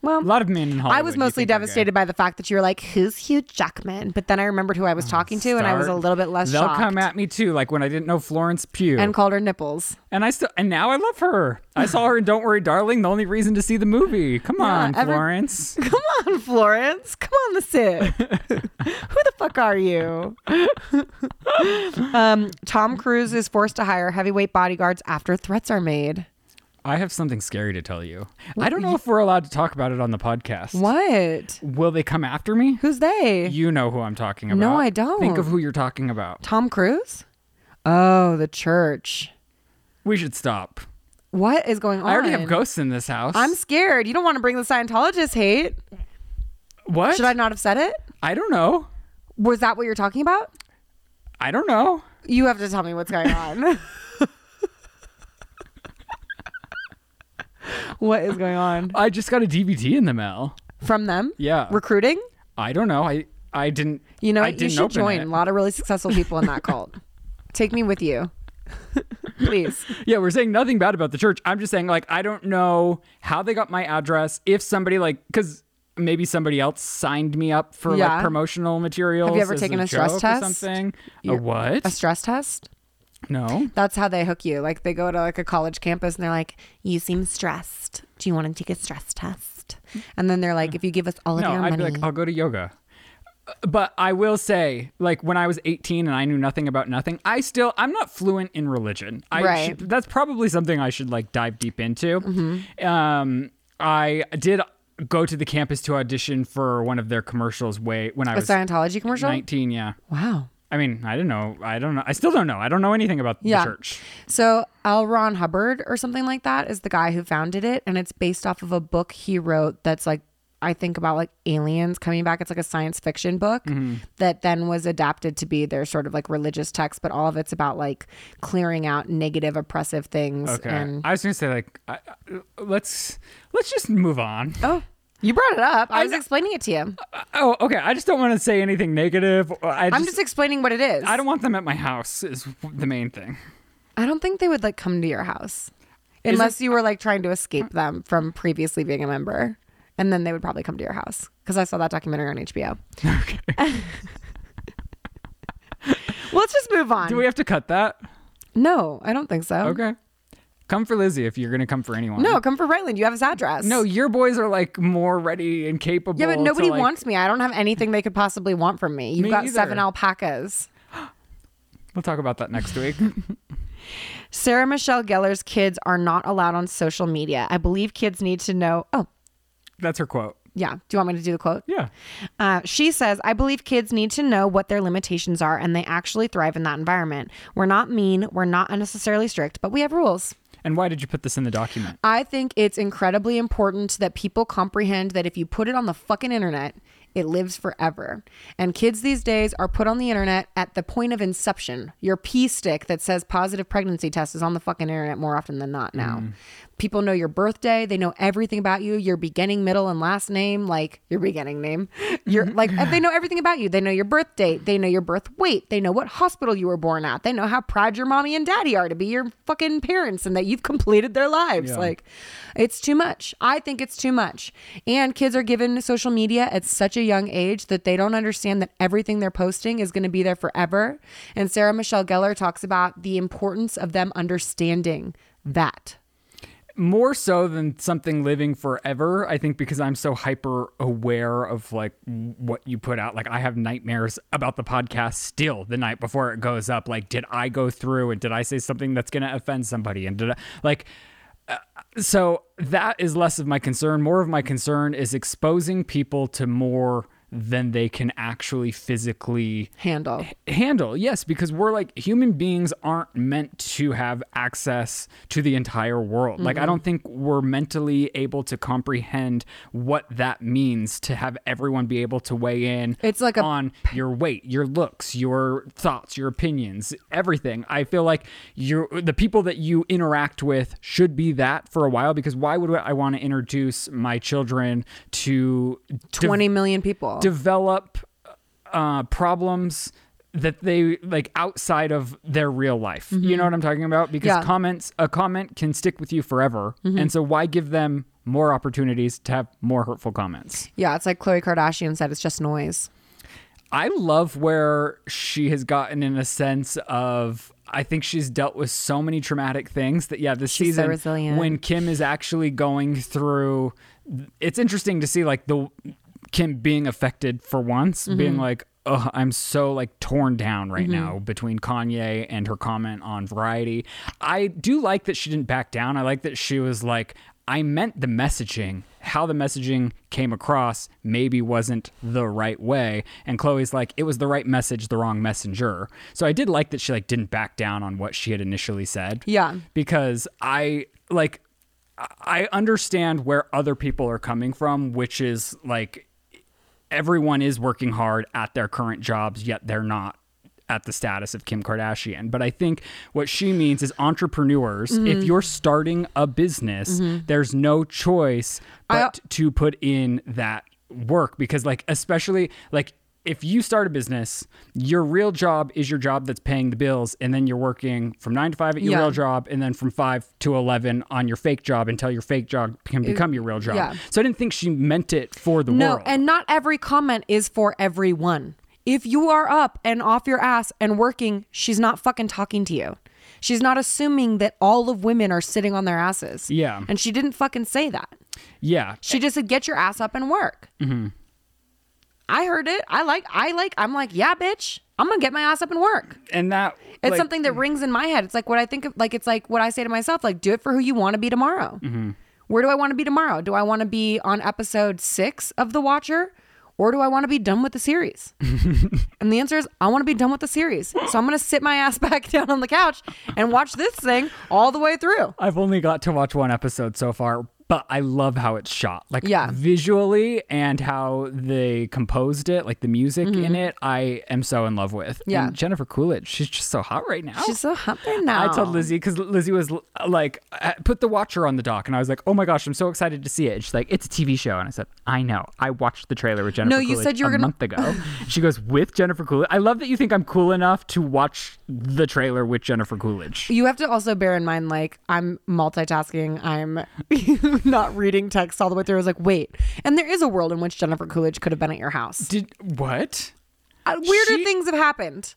[SPEAKER 1] Well,
[SPEAKER 2] A lot of men in Hollywood.
[SPEAKER 1] I was
[SPEAKER 2] you
[SPEAKER 1] mostly
[SPEAKER 2] think are gay.
[SPEAKER 1] devastated by the fact that you were like, "Who's Hugh Jackman?" But then I remembered who I was talking to, and I was a
[SPEAKER 2] Start-
[SPEAKER 1] little bit less
[SPEAKER 2] They'll
[SPEAKER 1] shocked.
[SPEAKER 2] come at me too, like when I didn't know Florence Pugh.
[SPEAKER 1] and
[SPEAKER 2] And,
[SPEAKER 1] called her nipples.
[SPEAKER 2] I still and now I love her. I saw her in Don't Worry Darling, the only reason to see the movie. Come on,
[SPEAKER 1] every-
[SPEAKER 2] Florence.
[SPEAKER 1] Come on, Florence. Come on, the
[SPEAKER 2] <laughs>
[SPEAKER 1] sip. Who the fuck are you? um, Tom Cruise is forced to hire heavyweight bodyguards after threats are made.
[SPEAKER 2] I have something scary to tell you. I don't know if we're allowed to talk about it on the podcast.
[SPEAKER 1] What?
[SPEAKER 2] Will they come after me?
[SPEAKER 1] Who's they?
[SPEAKER 2] You know who I'm talking about.
[SPEAKER 1] No, I
[SPEAKER 2] Think
[SPEAKER 1] don't.
[SPEAKER 2] of who you're talking about.
[SPEAKER 1] Tom Cruise? Oh, the church.
[SPEAKER 2] We should stop.
[SPEAKER 1] What is going on?
[SPEAKER 2] I already have ghosts in this house.
[SPEAKER 1] I'm scared. You don't want to bring the Scientologist hate.
[SPEAKER 2] what?
[SPEAKER 1] Should I not have said it?
[SPEAKER 2] I don't know.
[SPEAKER 1] Was that what you're talking about?
[SPEAKER 2] I don't know.
[SPEAKER 1] You have to tell me what's going
[SPEAKER 2] <laughs>
[SPEAKER 1] on. what is going on?
[SPEAKER 2] I just got a DVD in the mail.
[SPEAKER 1] From them?
[SPEAKER 2] Yeah.
[SPEAKER 1] Recruiting?
[SPEAKER 2] I don't know. I I didn't.
[SPEAKER 1] You know,
[SPEAKER 2] I
[SPEAKER 1] what? you
[SPEAKER 2] didn't
[SPEAKER 1] should
[SPEAKER 2] open
[SPEAKER 1] join.
[SPEAKER 2] it.
[SPEAKER 1] A lot of really successful people in that
[SPEAKER 2] <laughs>
[SPEAKER 1] cult. Take me with you. Please.
[SPEAKER 2] Yeah, we're saying nothing bad about the church. I'm just saying, like, I don't know how they got my address. If somebody, like, because maybe somebody else signed me up for
[SPEAKER 1] Yeah.
[SPEAKER 2] like promotional materials.
[SPEAKER 1] Have you ever
[SPEAKER 2] as
[SPEAKER 1] taken a stress
[SPEAKER 2] joke
[SPEAKER 1] test?
[SPEAKER 2] Or something. A
[SPEAKER 1] You're-
[SPEAKER 2] what?
[SPEAKER 1] A stress test?
[SPEAKER 2] no.
[SPEAKER 1] That's how they hook you. Like they go to like a college campus and they're like, "You seem stressed. Do you want to take a stress test?" And then they're like, "If you give us all of
[SPEAKER 2] No,
[SPEAKER 1] your
[SPEAKER 2] I'd
[SPEAKER 1] money,
[SPEAKER 2] be like, I'll go to yoga. Uh, But I will say, like when I was 18 and I knew nothing about nothing, I still I'm not fluent in religion. I
[SPEAKER 1] Right.
[SPEAKER 2] should- that's probably something I should like dive deep into.
[SPEAKER 1] Mm-hmm.
[SPEAKER 2] Um, I did go to the campus to audition for one of their commercials way when I
[SPEAKER 1] a
[SPEAKER 2] was
[SPEAKER 1] Scientology commercial."
[SPEAKER 2] 19. Yeah.
[SPEAKER 1] Wow.
[SPEAKER 2] I mean, I don't know. I don't know. I still don't know. I don't know anything about
[SPEAKER 1] Yeah.
[SPEAKER 2] the church.
[SPEAKER 1] So L. Ron Hubbard or something like that is the guy who founded it, and it's based off of a book he wrote that's like I think about like aliens coming back. It's like a science fiction book
[SPEAKER 2] Mm-hmm.
[SPEAKER 1] that then was adapted to be their sort of like religious text, but all of it's about like clearing out negative, oppressive things.
[SPEAKER 2] Okay.
[SPEAKER 1] And
[SPEAKER 2] I was gonna say like, I, I- let's let's just move on.
[SPEAKER 1] oh, you brought it up. I was
[SPEAKER 2] kn-
[SPEAKER 1] explaining it to you.
[SPEAKER 2] Oh, okay. I just don't want to say anything negative. I
[SPEAKER 1] I'm just explaining what it is.
[SPEAKER 2] I don't want them at my house is the main thing.
[SPEAKER 1] I don't think they would like come to your house unless you were like trying to
[SPEAKER 2] Mm.
[SPEAKER 1] escape them from previously being a member. And then they would probably come to your house because I saw that documentary on
[SPEAKER 2] <laughs>
[SPEAKER 1] HBO. well, <laughs> let's just move on.
[SPEAKER 2] Do we have to cut that?
[SPEAKER 1] Mm-hmm. no, I don't think so.
[SPEAKER 2] Okay. Come for Lizzie if you're going to come for anyone.
[SPEAKER 1] No, come for Brightland. You have his address.
[SPEAKER 2] No, your boys are like more ready and capable.
[SPEAKER 1] Yeah, but
[SPEAKER 2] to,
[SPEAKER 1] nobody
[SPEAKER 2] like-
[SPEAKER 1] wants me. I don't have anything they could possibly want from me. You've
[SPEAKER 2] Me
[SPEAKER 1] got
[SPEAKER 2] either.
[SPEAKER 1] seven alpacas.
[SPEAKER 2] We'll talk about that next
[SPEAKER 1] <laughs>
[SPEAKER 2] week.
[SPEAKER 1] Sarah Michelle Gellar's kids are not allowed on social media. I believe kids need to know. Oh,
[SPEAKER 2] That's her quote.
[SPEAKER 1] yeah. Do you want me to do the quote?
[SPEAKER 2] Yeah.
[SPEAKER 1] Uh, she says, I believe kids need to know what their limitations are and they actually thrive in that environment. We're not mean, we're not unnecessarily strict, but we have rules.
[SPEAKER 2] And why did you put this in the document?
[SPEAKER 1] I think it's incredibly important that people comprehend that if you put it on the fucking internet, it lives forever. And kids these days are put on the internet at the point of inception. Your pee stick that says positive pregnancy test is on the fucking internet more often than not now. People know your birthday, they know everything about you, your beginning, middle, and last name, like your beginning name. <laughs> Your like and they know everything about you. They know your birth date, they know your birth weight, they know what hospital you were born at, they know how proud your mommy and daddy are to be your fucking parents and that you've completed their lives.
[SPEAKER 2] Yeah.
[SPEAKER 1] Like like it's too much i think it's too much and kids are given social media at such a young age that they don't understand that everything they're posting is going to be there forever and sarah michelle gellar talks about the importance of them understanding that
[SPEAKER 2] More so than something living forever, I think because I'm so hyper aware of like what you put out. Like I have nightmares about the podcast still the night before it goes up. Like, did I go through and did I say something that's going to offend somebody? And did I like, uh, so that is less of my concern. More of my concern is exposing people to more than they can actually physically
[SPEAKER 1] handle
[SPEAKER 2] handle. Yes, because we're like human beings aren't meant to have access to the entire world. Like
[SPEAKER 1] Mm-hmm.
[SPEAKER 2] I don't think we're mentally able to comprehend what that means to have everyone be able to weigh in
[SPEAKER 1] It's like a-
[SPEAKER 2] on your weight, your looks, your thoughts, your opinions, everything. I feel like you the people that you interact with should be that for a while because why would I want to introduce my children to
[SPEAKER 1] 20 million people
[SPEAKER 2] develop uh, problems that they like outside of their real life. You know what I'm talking about? Because
[SPEAKER 1] Yeah.
[SPEAKER 2] comments, a comment can stick with you forever. And so why give them more opportunities to have more hurtful comments?
[SPEAKER 1] Yeah, it's like Khloe Kardashian said, it's just noise.
[SPEAKER 2] I love where she has gotten in a sense of I think she's dealt with so many traumatic things that yeah, this
[SPEAKER 1] She's so
[SPEAKER 2] season
[SPEAKER 1] resilient.
[SPEAKER 2] when Kim is actually going through it's interesting to see like the Kim being affected for once, being like Ugh, I'm so like torn down right now between Kanye and her comment on Variety. I do like that she didn't back down. I like that she was like, I meant the messaging. How the messaging came across maybe wasn't the right way. And Chloe's like, it was the right message, the wrong messenger. So I did like that she like didn't back down on what she had initially said.
[SPEAKER 1] Yeah.
[SPEAKER 2] Because I like I understand where other people are coming from, which is like everyone is working hard at their current jobs, yet they're not at the status of Kim Kardashian. But I think what she means is entrepreneurs, if you're starting a business, there's no choice but to put in that work because like especially like if you start a business, your real job is your job that's paying the bills and then you're working from 9 to 5 at your
[SPEAKER 1] Yeah.
[SPEAKER 2] real job and then from 5 to 11 on your fake job until your fake job can become your real job.
[SPEAKER 1] yeah.
[SPEAKER 2] So I didn't think she meant it for the
[SPEAKER 1] No,
[SPEAKER 2] world.
[SPEAKER 1] and not every comment is for everyone. If you are up and off your ass and working, she's not fucking talking to you. She's not assuming that all of women are sitting on their asses.
[SPEAKER 2] Yeah.
[SPEAKER 1] And she didn't fucking say that.
[SPEAKER 2] yeah.
[SPEAKER 1] She just said, "Get your ass up and work."
[SPEAKER 2] Mm-hmm.
[SPEAKER 1] I heard it. I like. I like. I'm like, yeah, bitch. I'm gonna get my ass up and work.
[SPEAKER 2] And that
[SPEAKER 1] It's
[SPEAKER 2] like, mm.
[SPEAKER 1] something that rings in my head. It's like what I think of. Like it's like what I say to myself. Like, do it for who you want to be tomorrow.
[SPEAKER 2] Mm-hmm.
[SPEAKER 1] Where do I want to be tomorrow? Do I want to be on episode six of The Watcher, or do I want to be done with the
[SPEAKER 2] <laughs>
[SPEAKER 1] series? and the answer is, I want to be done with the series. So I'm gonna sit my ass <laughs> back down on the couch and watch this thing all the way through.
[SPEAKER 2] I've only got to watch one episode so far, but I love how it's shot. Like
[SPEAKER 1] Yeah.
[SPEAKER 2] visually and how they composed it, like the music in it, I am so in love with.
[SPEAKER 1] Mm-hmm. Yeah.
[SPEAKER 2] And Jennifer Coolidge, she's just so hot right now.
[SPEAKER 1] She's so hot right now.
[SPEAKER 2] I told Lizzie because Lizzie was l- like, uh, put the Watcher on the dock, and I was like, oh my gosh, I'm so excited to see it. And she's like, it's a TV show, and I said, I know, I watched the trailer with Jennifer.
[SPEAKER 1] No, you
[SPEAKER 2] Coolidge
[SPEAKER 1] said you were
[SPEAKER 2] a
[SPEAKER 1] gonna- <laughs>
[SPEAKER 2] month ago. she goes with Jennifer Coolidge. I love that you think I'm cool enough to watch the trailer with Jennifer Coolidge.
[SPEAKER 1] You have to also bear in mind, like, I'm multitasking. I'm <laughs> not reading text all the way through. I was like, wait. And there is a world in which Jennifer Coolidge could have been at your house.
[SPEAKER 2] Did what?
[SPEAKER 1] Uh, weirder
[SPEAKER 2] she-
[SPEAKER 1] things have happened.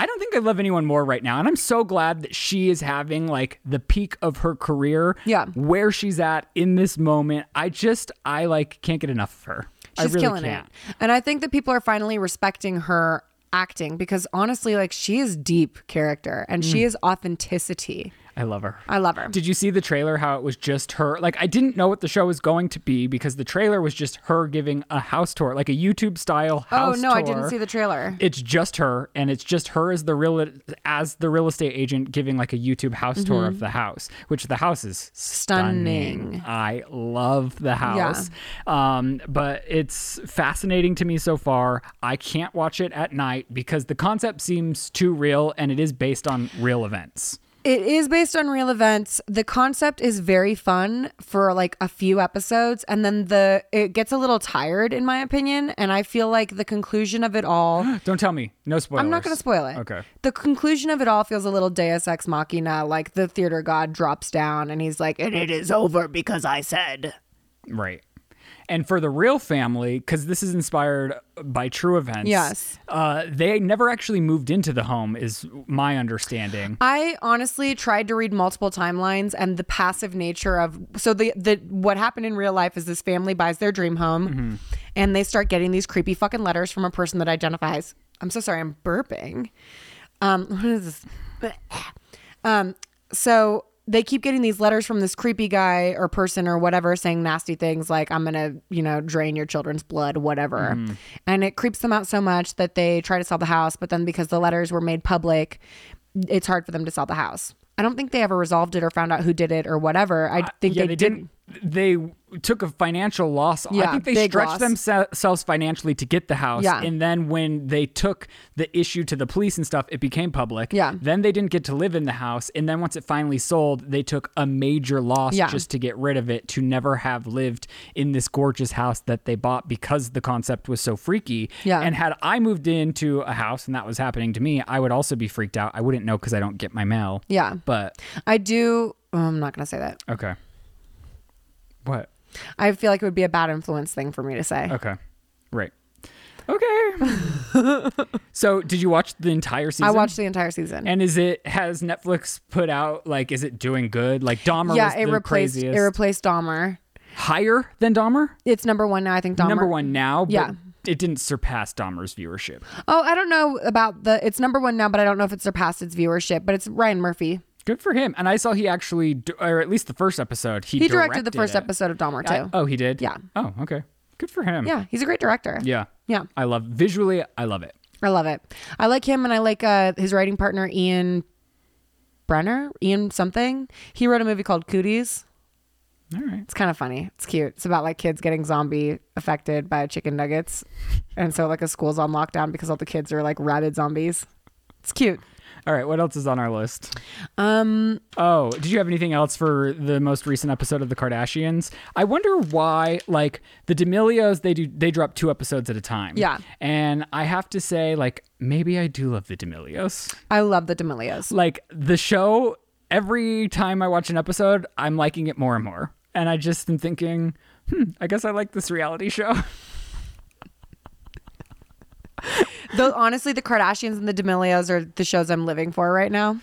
[SPEAKER 2] I don't think I love anyone more right now. And I'm so glad that she is having like the peak of her career.
[SPEAKER 1] Yeah.
[SPEAKER 2] Where she's at in this moment. I just, I like can't get enough of her. I
[SPEAKER 1] She's
[SPEAKER 2] really
[SPEAKER 1] killing
[SPEAKER 2] can't.
[SPEAKER 1] it. And I think that people are finally respecting her acting because honestly, like, she is deep character and
[SPEAKER 2] Mm.
[SPEAKER 1] she is authenticity.
[SPEAKER 2] I love her.
[SPEAKER 1] I love her.
[SPEAKER 2] Did you see the trailer? How it was just her. Like I didn't know what the show was going to be because the trailer was just her giving a house tour, like a YouTube style
[SPEAKER 1] oh,
[SPEAKER 2] house
[SPEAKER 1] no, I didn't
[SPEAKER 2] tour.
[SPEAKER 1] see the trailer.
[SPEAKER 2] It's just her, and it's just her as the real as the real estate agent giving like a YouTube house tour of the house, which the house is stunning.
[SPEAKER 1] Mm-hmm. Stunning.
[SPEAKER 2] I love the house, um, but it's fascinating to me so far. I can't watch it at night because the concept seems too real, and it is based on real events.
[SPEAKER 1] It is based on real events. The concept is very fun for like a few episodes and then the it gets a little tired in my opinion and I feel like the conclusion of it
[SPEAKER 2] <gasps>
[SPEAKER 1] all <gasps>
[SPEAKER 2] Don't tell me, no spoilers.
[SPEAKER 1] I'm not going to spoil it.
[SPEAKER 2] Okay.
[SPEAKER 1] The conclusion of it all feels a little deus ex machina like the theater god drops down and he's like and it is over because I said.
[SPEAKER 2] Right. And for the real family, because this is inspired by true events.
[SPEAKER 1] Yes.
[SPEAKER 2] Uh, they never actually moved into the home, is my understanding.
[SPEAKER 1] I honestly tried to read multiple timelines and the passive nature of so the the what happened in real life is this family buys their dream home and they start getting these creepy fucking letters from a person that identifies. I'm so sorry, I'm burping. Um, <laughs> what is this? Um, so they keep getting these letters from this creepy guy or person or whatever saying nasty things like, I'm going to, you know, drain your children's blood, whatever.
[SPEAKER 2] Mm-hmm.
[SPEAKER 1] And it creeps them out so much that they try to sell the house. But then because the letters were made public, it's hard for them to sell the house. I don't think they ever resolved it or found out who did it or whatever. I think
[SPEAKER 2] Uh, yeah,
[SPEAKER 1] they,
[SPEAKER 2] they
[SPEAKER 1] did.
[SPEAKER 2] didn't they took a financial loss. I
[SPEAKER 1] Yeah,
[SPEAKER 2] think they
[SPEAKER 1] big loss.
[SPEAKER 2] stretched themselves financially to get the house.
[SPEAKER 1] Yeah.
[SPEAKER 2] And then when they took the issue to the police and stuff, it became public.
[SPEAKER 1] Yeah.
[SPEAKER 2] Then they didn't get to live in the house. And then once it finally sold, they took a major loss
[SPEAKER 1] Yeah.
[SPEAKER 2] just to get rid of it, to never have lived in this gorgeous house that they bought because the concept was so freaky.
[SPEAKER 1] Yeah.
[SPEAKER 2] And had I moved into a house and that was happening to me, I would also be freaked out. I wouldn't know because I don't get my mail.
[SPEAKER 1] Yeah.
[SPEAKER 2] But
[SPEAKER 1] I do. oh, I'm not going to say that.
[SPEAKER 2] okay. What?
[SPEAKER 1] I feel like it would be a bad influence thing for me to say.
[SPEAKER 2] Okay. Right. Okay. <laughs> so, did you watch the entire season?
[SPEAKER 1] I watched the entire season.
[SPEAKER 2] And is it has Netflix put out like is it doing good? Like Dahmer was
[SPEAKER 1] yeah,
[SPEAKER 2] the
[SPEAKER 1] it replaced
[SPEAKER 2] craziest.
[SPEAKER 1] it replaced Dahmer.
[SPEAKER 2] Higher than Dahmer?
[SPEAKER 1] It's number one now. I think Dahmer.
[SPEAKER 2] Number one now, but
[SPEAKER 1] Yeah.
[SPEAKER 2] it didn't surpass Dahmer's viewership.
[SPEAKER 1] Oh, I don't know about the. It's number one now, but I don't know if it surpassed its viewership. But it's Ryan Murphy.
[SPEAKER 2] Good for him. And I saw he actually, d- or at least the first episode, he,
[SPEAKER 1] He directed, the first
[SPEAKER 2] it.
[SPEAKER 1] episode of Dahmer
[SPEAKER 2] I-
[SPEAKER 1] too.
[SPEAKER 2] oh, he did.
[SPEAKER 1] Yeah.
[SPEAKER 2] Oh, okay. Good for him.
[SPEAKER 1] yeah, he's a great director.
[SPEAKER 2] Yeah.
[SPEAKER 1] Yeah.
[SPEAKER 2] I love visually. I love it.
[SPEAKER 1] I love it. I like him, and I like uh, his writing partner Ian Brenner. Ian something. He wrote a movie called Cooties.
[SPEAKER 2] All right.
[SPEAKER 1] It's kind of funny. It's cute. It's about like kids getting zombie affected by chicken nuggets, and so like a school's on lockdown because all the kids are like rabid zombies. It's cute.
[SPEAKER 2] All right. What else is on our list?
[SPEAKER 1] Um,
[SPEAKER 2] Oh, did you have anything else for the most recent episode of the Kardashians? I wonder why, like the D'Amelios, they do they drop two episodes at a time.
[SPEAKER 1] Yeah.
[SPEAKER 2] and I have to say, like maybe I do love the D'Amelios.
[SPEAKER 1] I love the D'Amelios.
[SPEAKER 2] Like the show, every time I watch an episode, I'm liking it more and more, and I just am thinking, hmm, I guess I like this reality show. <laughs>
[SPEAKER 1] Though honestly, the Kardashians and the D'Amelios are the shows I'm living for right now.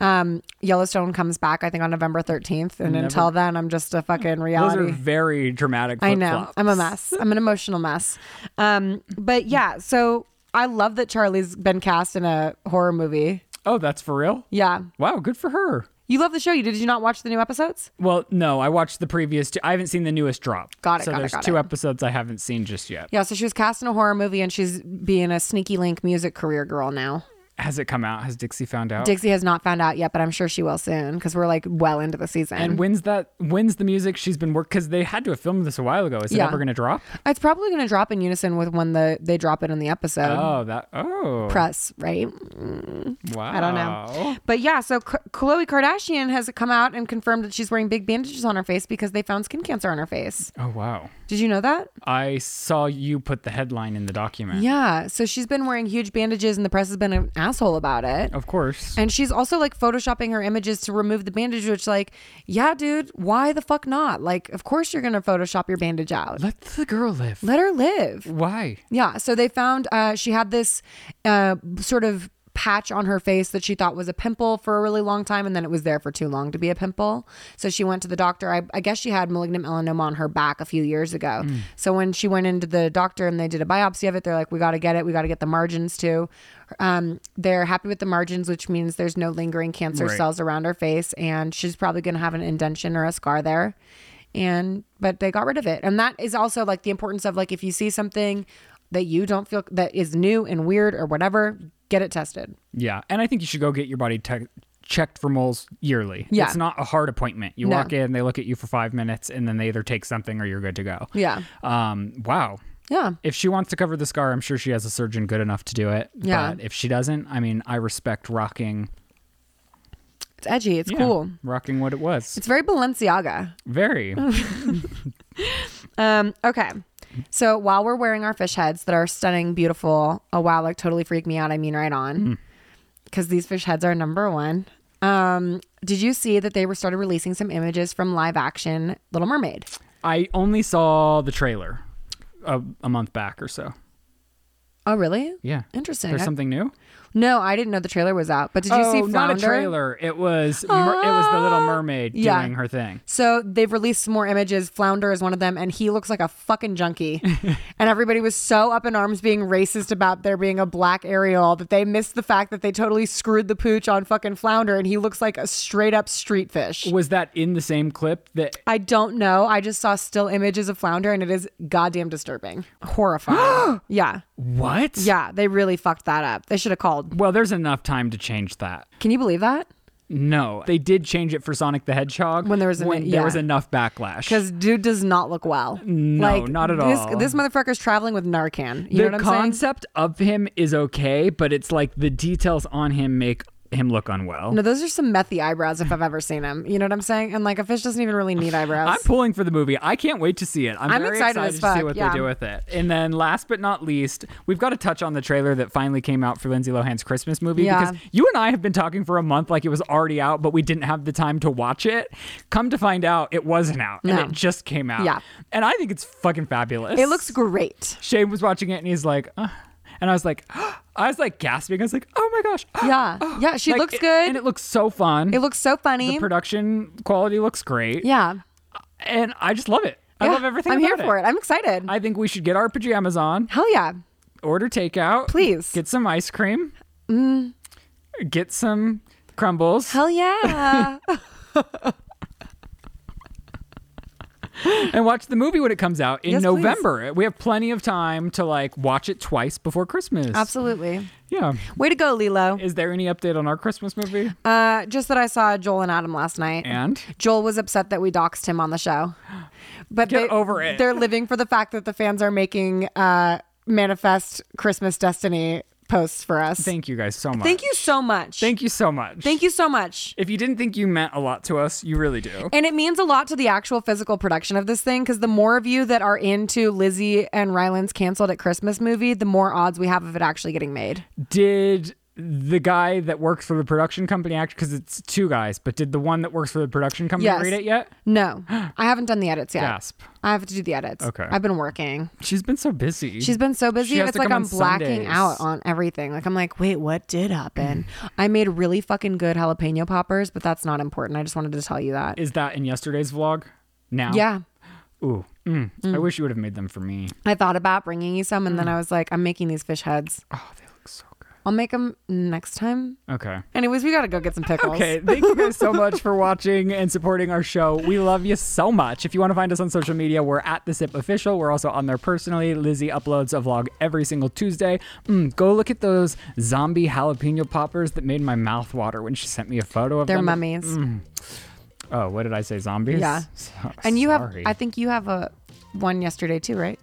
[SPEAKER 1] Um, Yellowstone comes back, I think, on November 13th, and until then, I'm just a fucking
[SPEAKER 2] Those
[SPEAKER 1] reality.
[SPEAKER 2] are very dramatic.
[SPEAKER 1] I know.
[SPEAKER 2] flip-flops.
[SPEAKER 1] I'm a mess. I'm an emotional mess. Um, but yeah, so I love that Charlie's been cast in a horror movie.
[SPEAKER 2] Oh, that's for real.
[SPEAKER 1] Yeah,
[SPEAKER 2] Wow, good for her.
[SPEAKER 1] you love the show. You did you not watch the new episodes?
[SPEAKER 2] Well, no, I watched the previous two. I haven't seen the newest drop.
[SPEAKER 1] Got it,
[SPEAKER 2] So
[SPEAKER 1] got it,
[SPEAKER 2] there's
[SPEAKER 1] got
[SPEAKER 2] two
[SPEAKER 1] it.
[SPEAKER 2] episodes I haven't seen just yet.
[SPEAKER 1] Yeah, so she was cast in a horror movie, and she's being a sneaky link music career girl now.
[SPEAKER 2] Has it come out? Has Dixie found out?
[SPEAKER 1] Dixie has not found out yet, but I'm sure she will soon because we're like well into the season.
[SPEAKER 2] and when's that? When's the music she's been work? Because they had to have filmed this a while ago. Is it
[SPEAKER 1] Yeah.
[SPEAKER 2] ever going to drop?
[SPEAKER 1] It's probably going to drop in unison with when the they drop it in the episode.
[SPEAKER 2] Oh, that. Oh,
[SPEAKER 1] Press, right?
[SPEAKER 2] wow.
[SPEAKER 1] I don't know. But yeah, so Chloe Kardashian has come out and confirmed that she's wearing big bandages on her face because they found skin cancer on her face.
[SPEAKER 2] Oh wow.
[SPEAKER 1] Did you know that?
[SPEAKER 2] I saw you put the headline in the document.
[SPEAKER 1] Yeah. So she's been wearing huge bandages and the press has been an asshole about it.
[SPEAKER 2] Of course.
[SPEAKER 1] And she's also like photoshopping her images to remove the bandage, which, like, yeah, dude, why the fuck not? Like, of course you're going to photoshop your bandage out.
[SPEAKER 2] Let the girl live.
[SPEAKER 1] Let her live.
[SPEAKER 2] Why?
[SPEAKER 1] Yeah. So they found uh, she had this uh, sort of patch on her face that she thought was a pimple for a really long time, and then it was there for too long to be a pimple. So she went to the doctor. I, I guess she had malignant melanoma on her back a few years ago. So when she went into the doctor and they did a biopsy of it, they're like, "We got to get it. We got to get the margins too." Um, they're happy with the margins, which means there's no lingering cancer
[SPEAKER 2] Right.
[SPEAKER 1] cells around her face, and she's probably going to have an indention or a scar there and but they got rid of it and that is also like the importance of like if you see something that you don't feel that is new and weird or whatever get it tested
[SPEAKER 2] Yeah, and I think you should go get your body te- checked for moles yearly.
[SPEAKER 1] Yeah.
[SPEAKER 2] it's not a hard appointment. You
[SPEAKER 1] No.
[SPEAKER 2] walk in, they look at you for five minutes, and then they either take something or you're good to go.
[SPEAKER 1] Yeah.
[SPEAKER 2] Um. Wow.
[SPEAKER 1] yeah
[SPEAKER 2] If she wants to cover the scar, I'm sure she has a surgeon good enough to do it.
[SPEAKER 1] Yeah.
[SPEAKER 2] But if she doesn't, I mean, I respect rocking.
[SPEAKER 1] it's edgy it's
[SPEAKER 2] yeah,
[SPEAKER 1] cool
[SPEAKER 2] Rocking what it was.
[SPEAKER 1] it's very balenciaga <laughs>
[SPEAKER 2] Very.
[SPEAKER 1] um okay so while we're wearing our fish heads that are stunning beautiful oh wow like totally freaked me out i mean right on because these fish heads are number one um did you see that they were started releasing some images from live action little mermaid
[SPEAKER 2] I only saw the trailer a, a month back or so.
[SPEAKER 1] oh really
[SPEAKER 2] Yeah.
[SPEAKER 1] interesting
[SPEAKER 2] There's
[SPEAKER 1] I-
[SPEAKER 2] something new.
[SPEAKER 1] No, I didn't know the trailer was out. But did you
[SPEAKER 2] oh,
[SPEAKER 1] see Flounder?
[SPEAKER 2] not a trailer. It was mer- it was the Little Mermaid
[SPEAKER 1] yeah.
[SPEAKER 2] doing her thing.
[SPEAKER 1] So they've released some more images. Flounder is one of them, and he looks like a fucking
[SPEAKER 2] <laughs>
[SPEAKER 1] junkie. and everybody was so up in arms being racist about there being a black Ariel that they missed the fact that they totally screwed the pooch on fucking Flounder, and he looks like a straight up street fish.
[SPEAKER 2] Was that in the same clip that?
[SPEAKER 1] I don't know. I just saw still images of Flounder, and it is goddamn disturbing,
[SPEAKER 2] <gasps>
[SPEAKER 1] horrifying. yeah,
[SPEAKER 2] What?
[SPEAKER 1] yeah, they really fucked that up. They should have called.
[SPEAKER 2] Well, there's enough time to change that.
[SPEAKER 1] Can you believe that?
[SPEAKER 2] No, they did change it for Sonic the Hedgehog
[SPEAKER 1] When there was an- yeah.
[SPEAKER 2] there was enough backlash.
[SPEAKER 1] Because dude does not look well.
[SPEAKER 2] No, not at
[SPEAKER 1] this,
[SPEAKER 2] all.
[SPEAKER 1] This motherfucker's traveling with Narcan. You
[SPEAKER 2] the
[SPEAKER 1] know what I'm saying?
[SPEAKER 2] concept of him is okay, but it's like the details on him make him look unwell.
[SPEAKER 1] No, those are some methy eyebrows if I've ever seen them. You know what I'm saying? And like a fish doesn't even really need eyebrows.
[SPEAKER 2] I'm pulling for the movie. I can't wait to see it. I'm,
[SPEAKER 1] I'm
[SPEAKER 2] very
[SPEAKER 1] excited
[SPEAKER 2] excited,
[SPEAKER 1] as
[SPEAKER 2] to
[SPEAKER 1] fuck,
[SPEAKER 2] see what
[SPEAKER 1] yeah.
[SPEAKER 2] they do with it. And then last but not least, we've got to touch on the trailer that finally came out for Lindsay Lohan's Christmas movie
[SPEAKER 1] Yeah.
[SPEAKER 2] because you and I have been talking for a month like it was already out, but we didn't have the time to watch it. Come to find out, it wasn't out
[SPEAKER 1] No.
[SPEAKER 2] and it just came out.
[SPEAKER 1] Yeah.
[SPEAKER 2] And I think it's fucking fabulous.
[SPEAKER 1] it looks great.
[SPEAKER 2] Shane was watching it and he's like, "Ugh." and I was like, <gasps> I was like gasping. I was like, oh my gosh.
[SPEAKER 1] Yeah. Yeah, she
[SPEAKER 2] Like,
[SPEAKER 1] looks
[SPEAKER 2] it-
[SPEAKER 1] good.
[SPEAKER 2] And
[SPEAKER 1] it,
[SPEAKER 2] it looks so fun.
[SPEAKER 1] looks so funny.
[SPEAKER 2] the production quality looks great.
[SPEAKER 1] yeah.
[SPEAKER 2] And I just love it. I
[SPEAKER 1] Yeah.
[SPEAKER 2] love everything
[SPEAKER 1] I'm
[SPEAKER 2] about
[SPEAKER 1] here for it. I'm excited.
[SPEAKER 2] I think we should get our pajamas on,
[SPEAKER 1] Hell yeah.
[SPEAKER 2] order takeout,
[SPEAKER 1] Please. Mm.
[SPEAKER 2] get some ice cream, get some
[SPEAKER 1] <laughs>
[SPEAKER 2] crumbles,
[SPEAKER 1] Hell yeah. <laughs>
[SPEAKER 2] and watch the movie when it comes out in
[SPEAKER 1] Yes, please.
[SPEAKER 2] November. We have plenty of time to like watch it twice before Christmas.
[SPEAKER 1] Absolutely.
[SPEAKER 2] Yeah.
[SPEAKER 1] Way to go, Lilo.
[SPEAKER 2] Is there any update on our Christmas movie?
[SPEAKER 1] Uh, just that I saw Joel and Adam last night.
[SPEAKER 2] And
[SPEAKER 1] Joel was upset that we doxed him on the show. But
[SPEAKER 2] Get
[SPEAKER 1] they,
[SPEAKER 2] over it.
[SPEAKER 1] They're living for the fact that the fans are making uh, manifest Christmas destiny posts for us.
[SPEAKER 2] thank you guys so much.
[SPEAKER 1] Thank you so much.
[SPEAKER 2] Thank you so much.
[SPEAKER 1] Thank you so much.
[SPEAKER 2] If you didn't think you meant a lot to us, you really do.
[SPEAKER 1] And it means a lot to the actual physical production of this thing because the more of you that are into Lizzie and Ryland's canceled at Christmas movie, the more odds we have of it actually getting made.
[SPEAKER 2] Did the guy that works for the production company act because it's two guys, but did the one that works for the production company
[SPEAKER 1] Yes.
[SPEAKER 2] read it yet?
[SPEAKER 1] No, I haven't done the edits yet.
[SPEAKER 2] Gasp.
[SPEAKER 1] I have to do the edits.
[SPEAKER 2] Okay.
[SPEAKER 1] I've been working.
[SPEAKER 2] She's been so busy.
[SPEAKER 1] She's been so busy.
[SPEAKER 2] She has
[SPEAKER 1] It's
[SPEAKER 2] to
[SPEAKER 1] like I'm
[SPEAKER 2] come on
[SPEAKER 1] blacking
[SPEAKER 2] Sundays. Mm.
[SPEAKER 1] out on everything. Like I'm like, wait, what did happen? I made really fucking good jalapeno poppers, but that's not important. I just wanted to tell you that.
[SPEAKER 2] Is that in yesterday's vlog? Now?
[SPEAKER 1] yeah.
[SPEAKER 2] Ooh. Mm. I wish you would have made them for me.
[SPEAKER 1] I thought about bringing you some,
[SPEAKER 2] Mm.
[SPEAKER 1] and then I was like, I'm making these fish heads.
[SPEAKER 2] Oh, they look so good.
[SPEAKER 1] I'll make them next time.
[SPEAKER 2] Okay.
[SPEAKER 1] Anyways, we gotta go get some pickles.
[SPEAKER 2] <laughs> Okay, thank you guys so much for watching and supporting our show. We love you so much. If you want to find us on social media, we're at The Sip Official. We're also on there personally. Lizzie uploads a vlog every single Tuesday. Mm, go look at those zombie jalapeno poppers that made my mouth water when she sent me a photo of
[SPEAKER 1] They're
[SPEAKER 2] them. mm,
[SPEAKER 1] mummies.
[SPEAKER 2] Oh, what did I say? Zombies?
[SPEAKER 1] Yeah.
[SPEAKER 2] So-
[SPEAKER 1] And you
[SPEAKER 2] sorry.
[SPEAKER 1] have, I think you have a one yesterday too, right?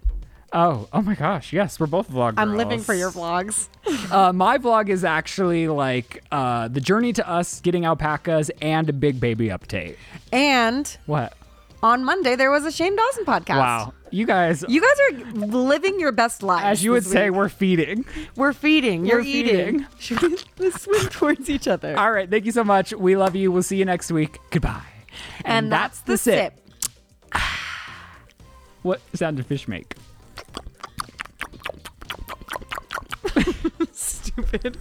[SPEAKER 2] oh, oh my gosh. Yes, we're both vlog
[SPEAKER 1] I'm living
[SPEAKER 2] girls.
[SPEAKER 1] for your vlogs.
[SPEAKER 2] uh, my vlog is actually like uh, the journey to us getting alpacas and a big baby update.
[SPEAKER 1] And
[SPEAKER 2] What?
[SPEAKER 1] on Monday there was a Shane Dawson podcast.
[SPEAKER 2] Wow. You guys,
[SPEAKER 1] You guys are living your best life.
[SPEAKER 2] as you would say, we're feeding.
[SPEAKER 1] we're feeding. You're
[SPEAKER 2] We're
[SPEAKER 1] eating. <laughs> Let's swim towards each other.
[SPEAKER 2] All right. Thank you so much. We love you. We'll see you next week. Goodbye.
[SPEAKER 1] and that's the sip.
[SPEAKER 2] What sound do fish make?
[SPEAKER 1] <laughs> Stupid.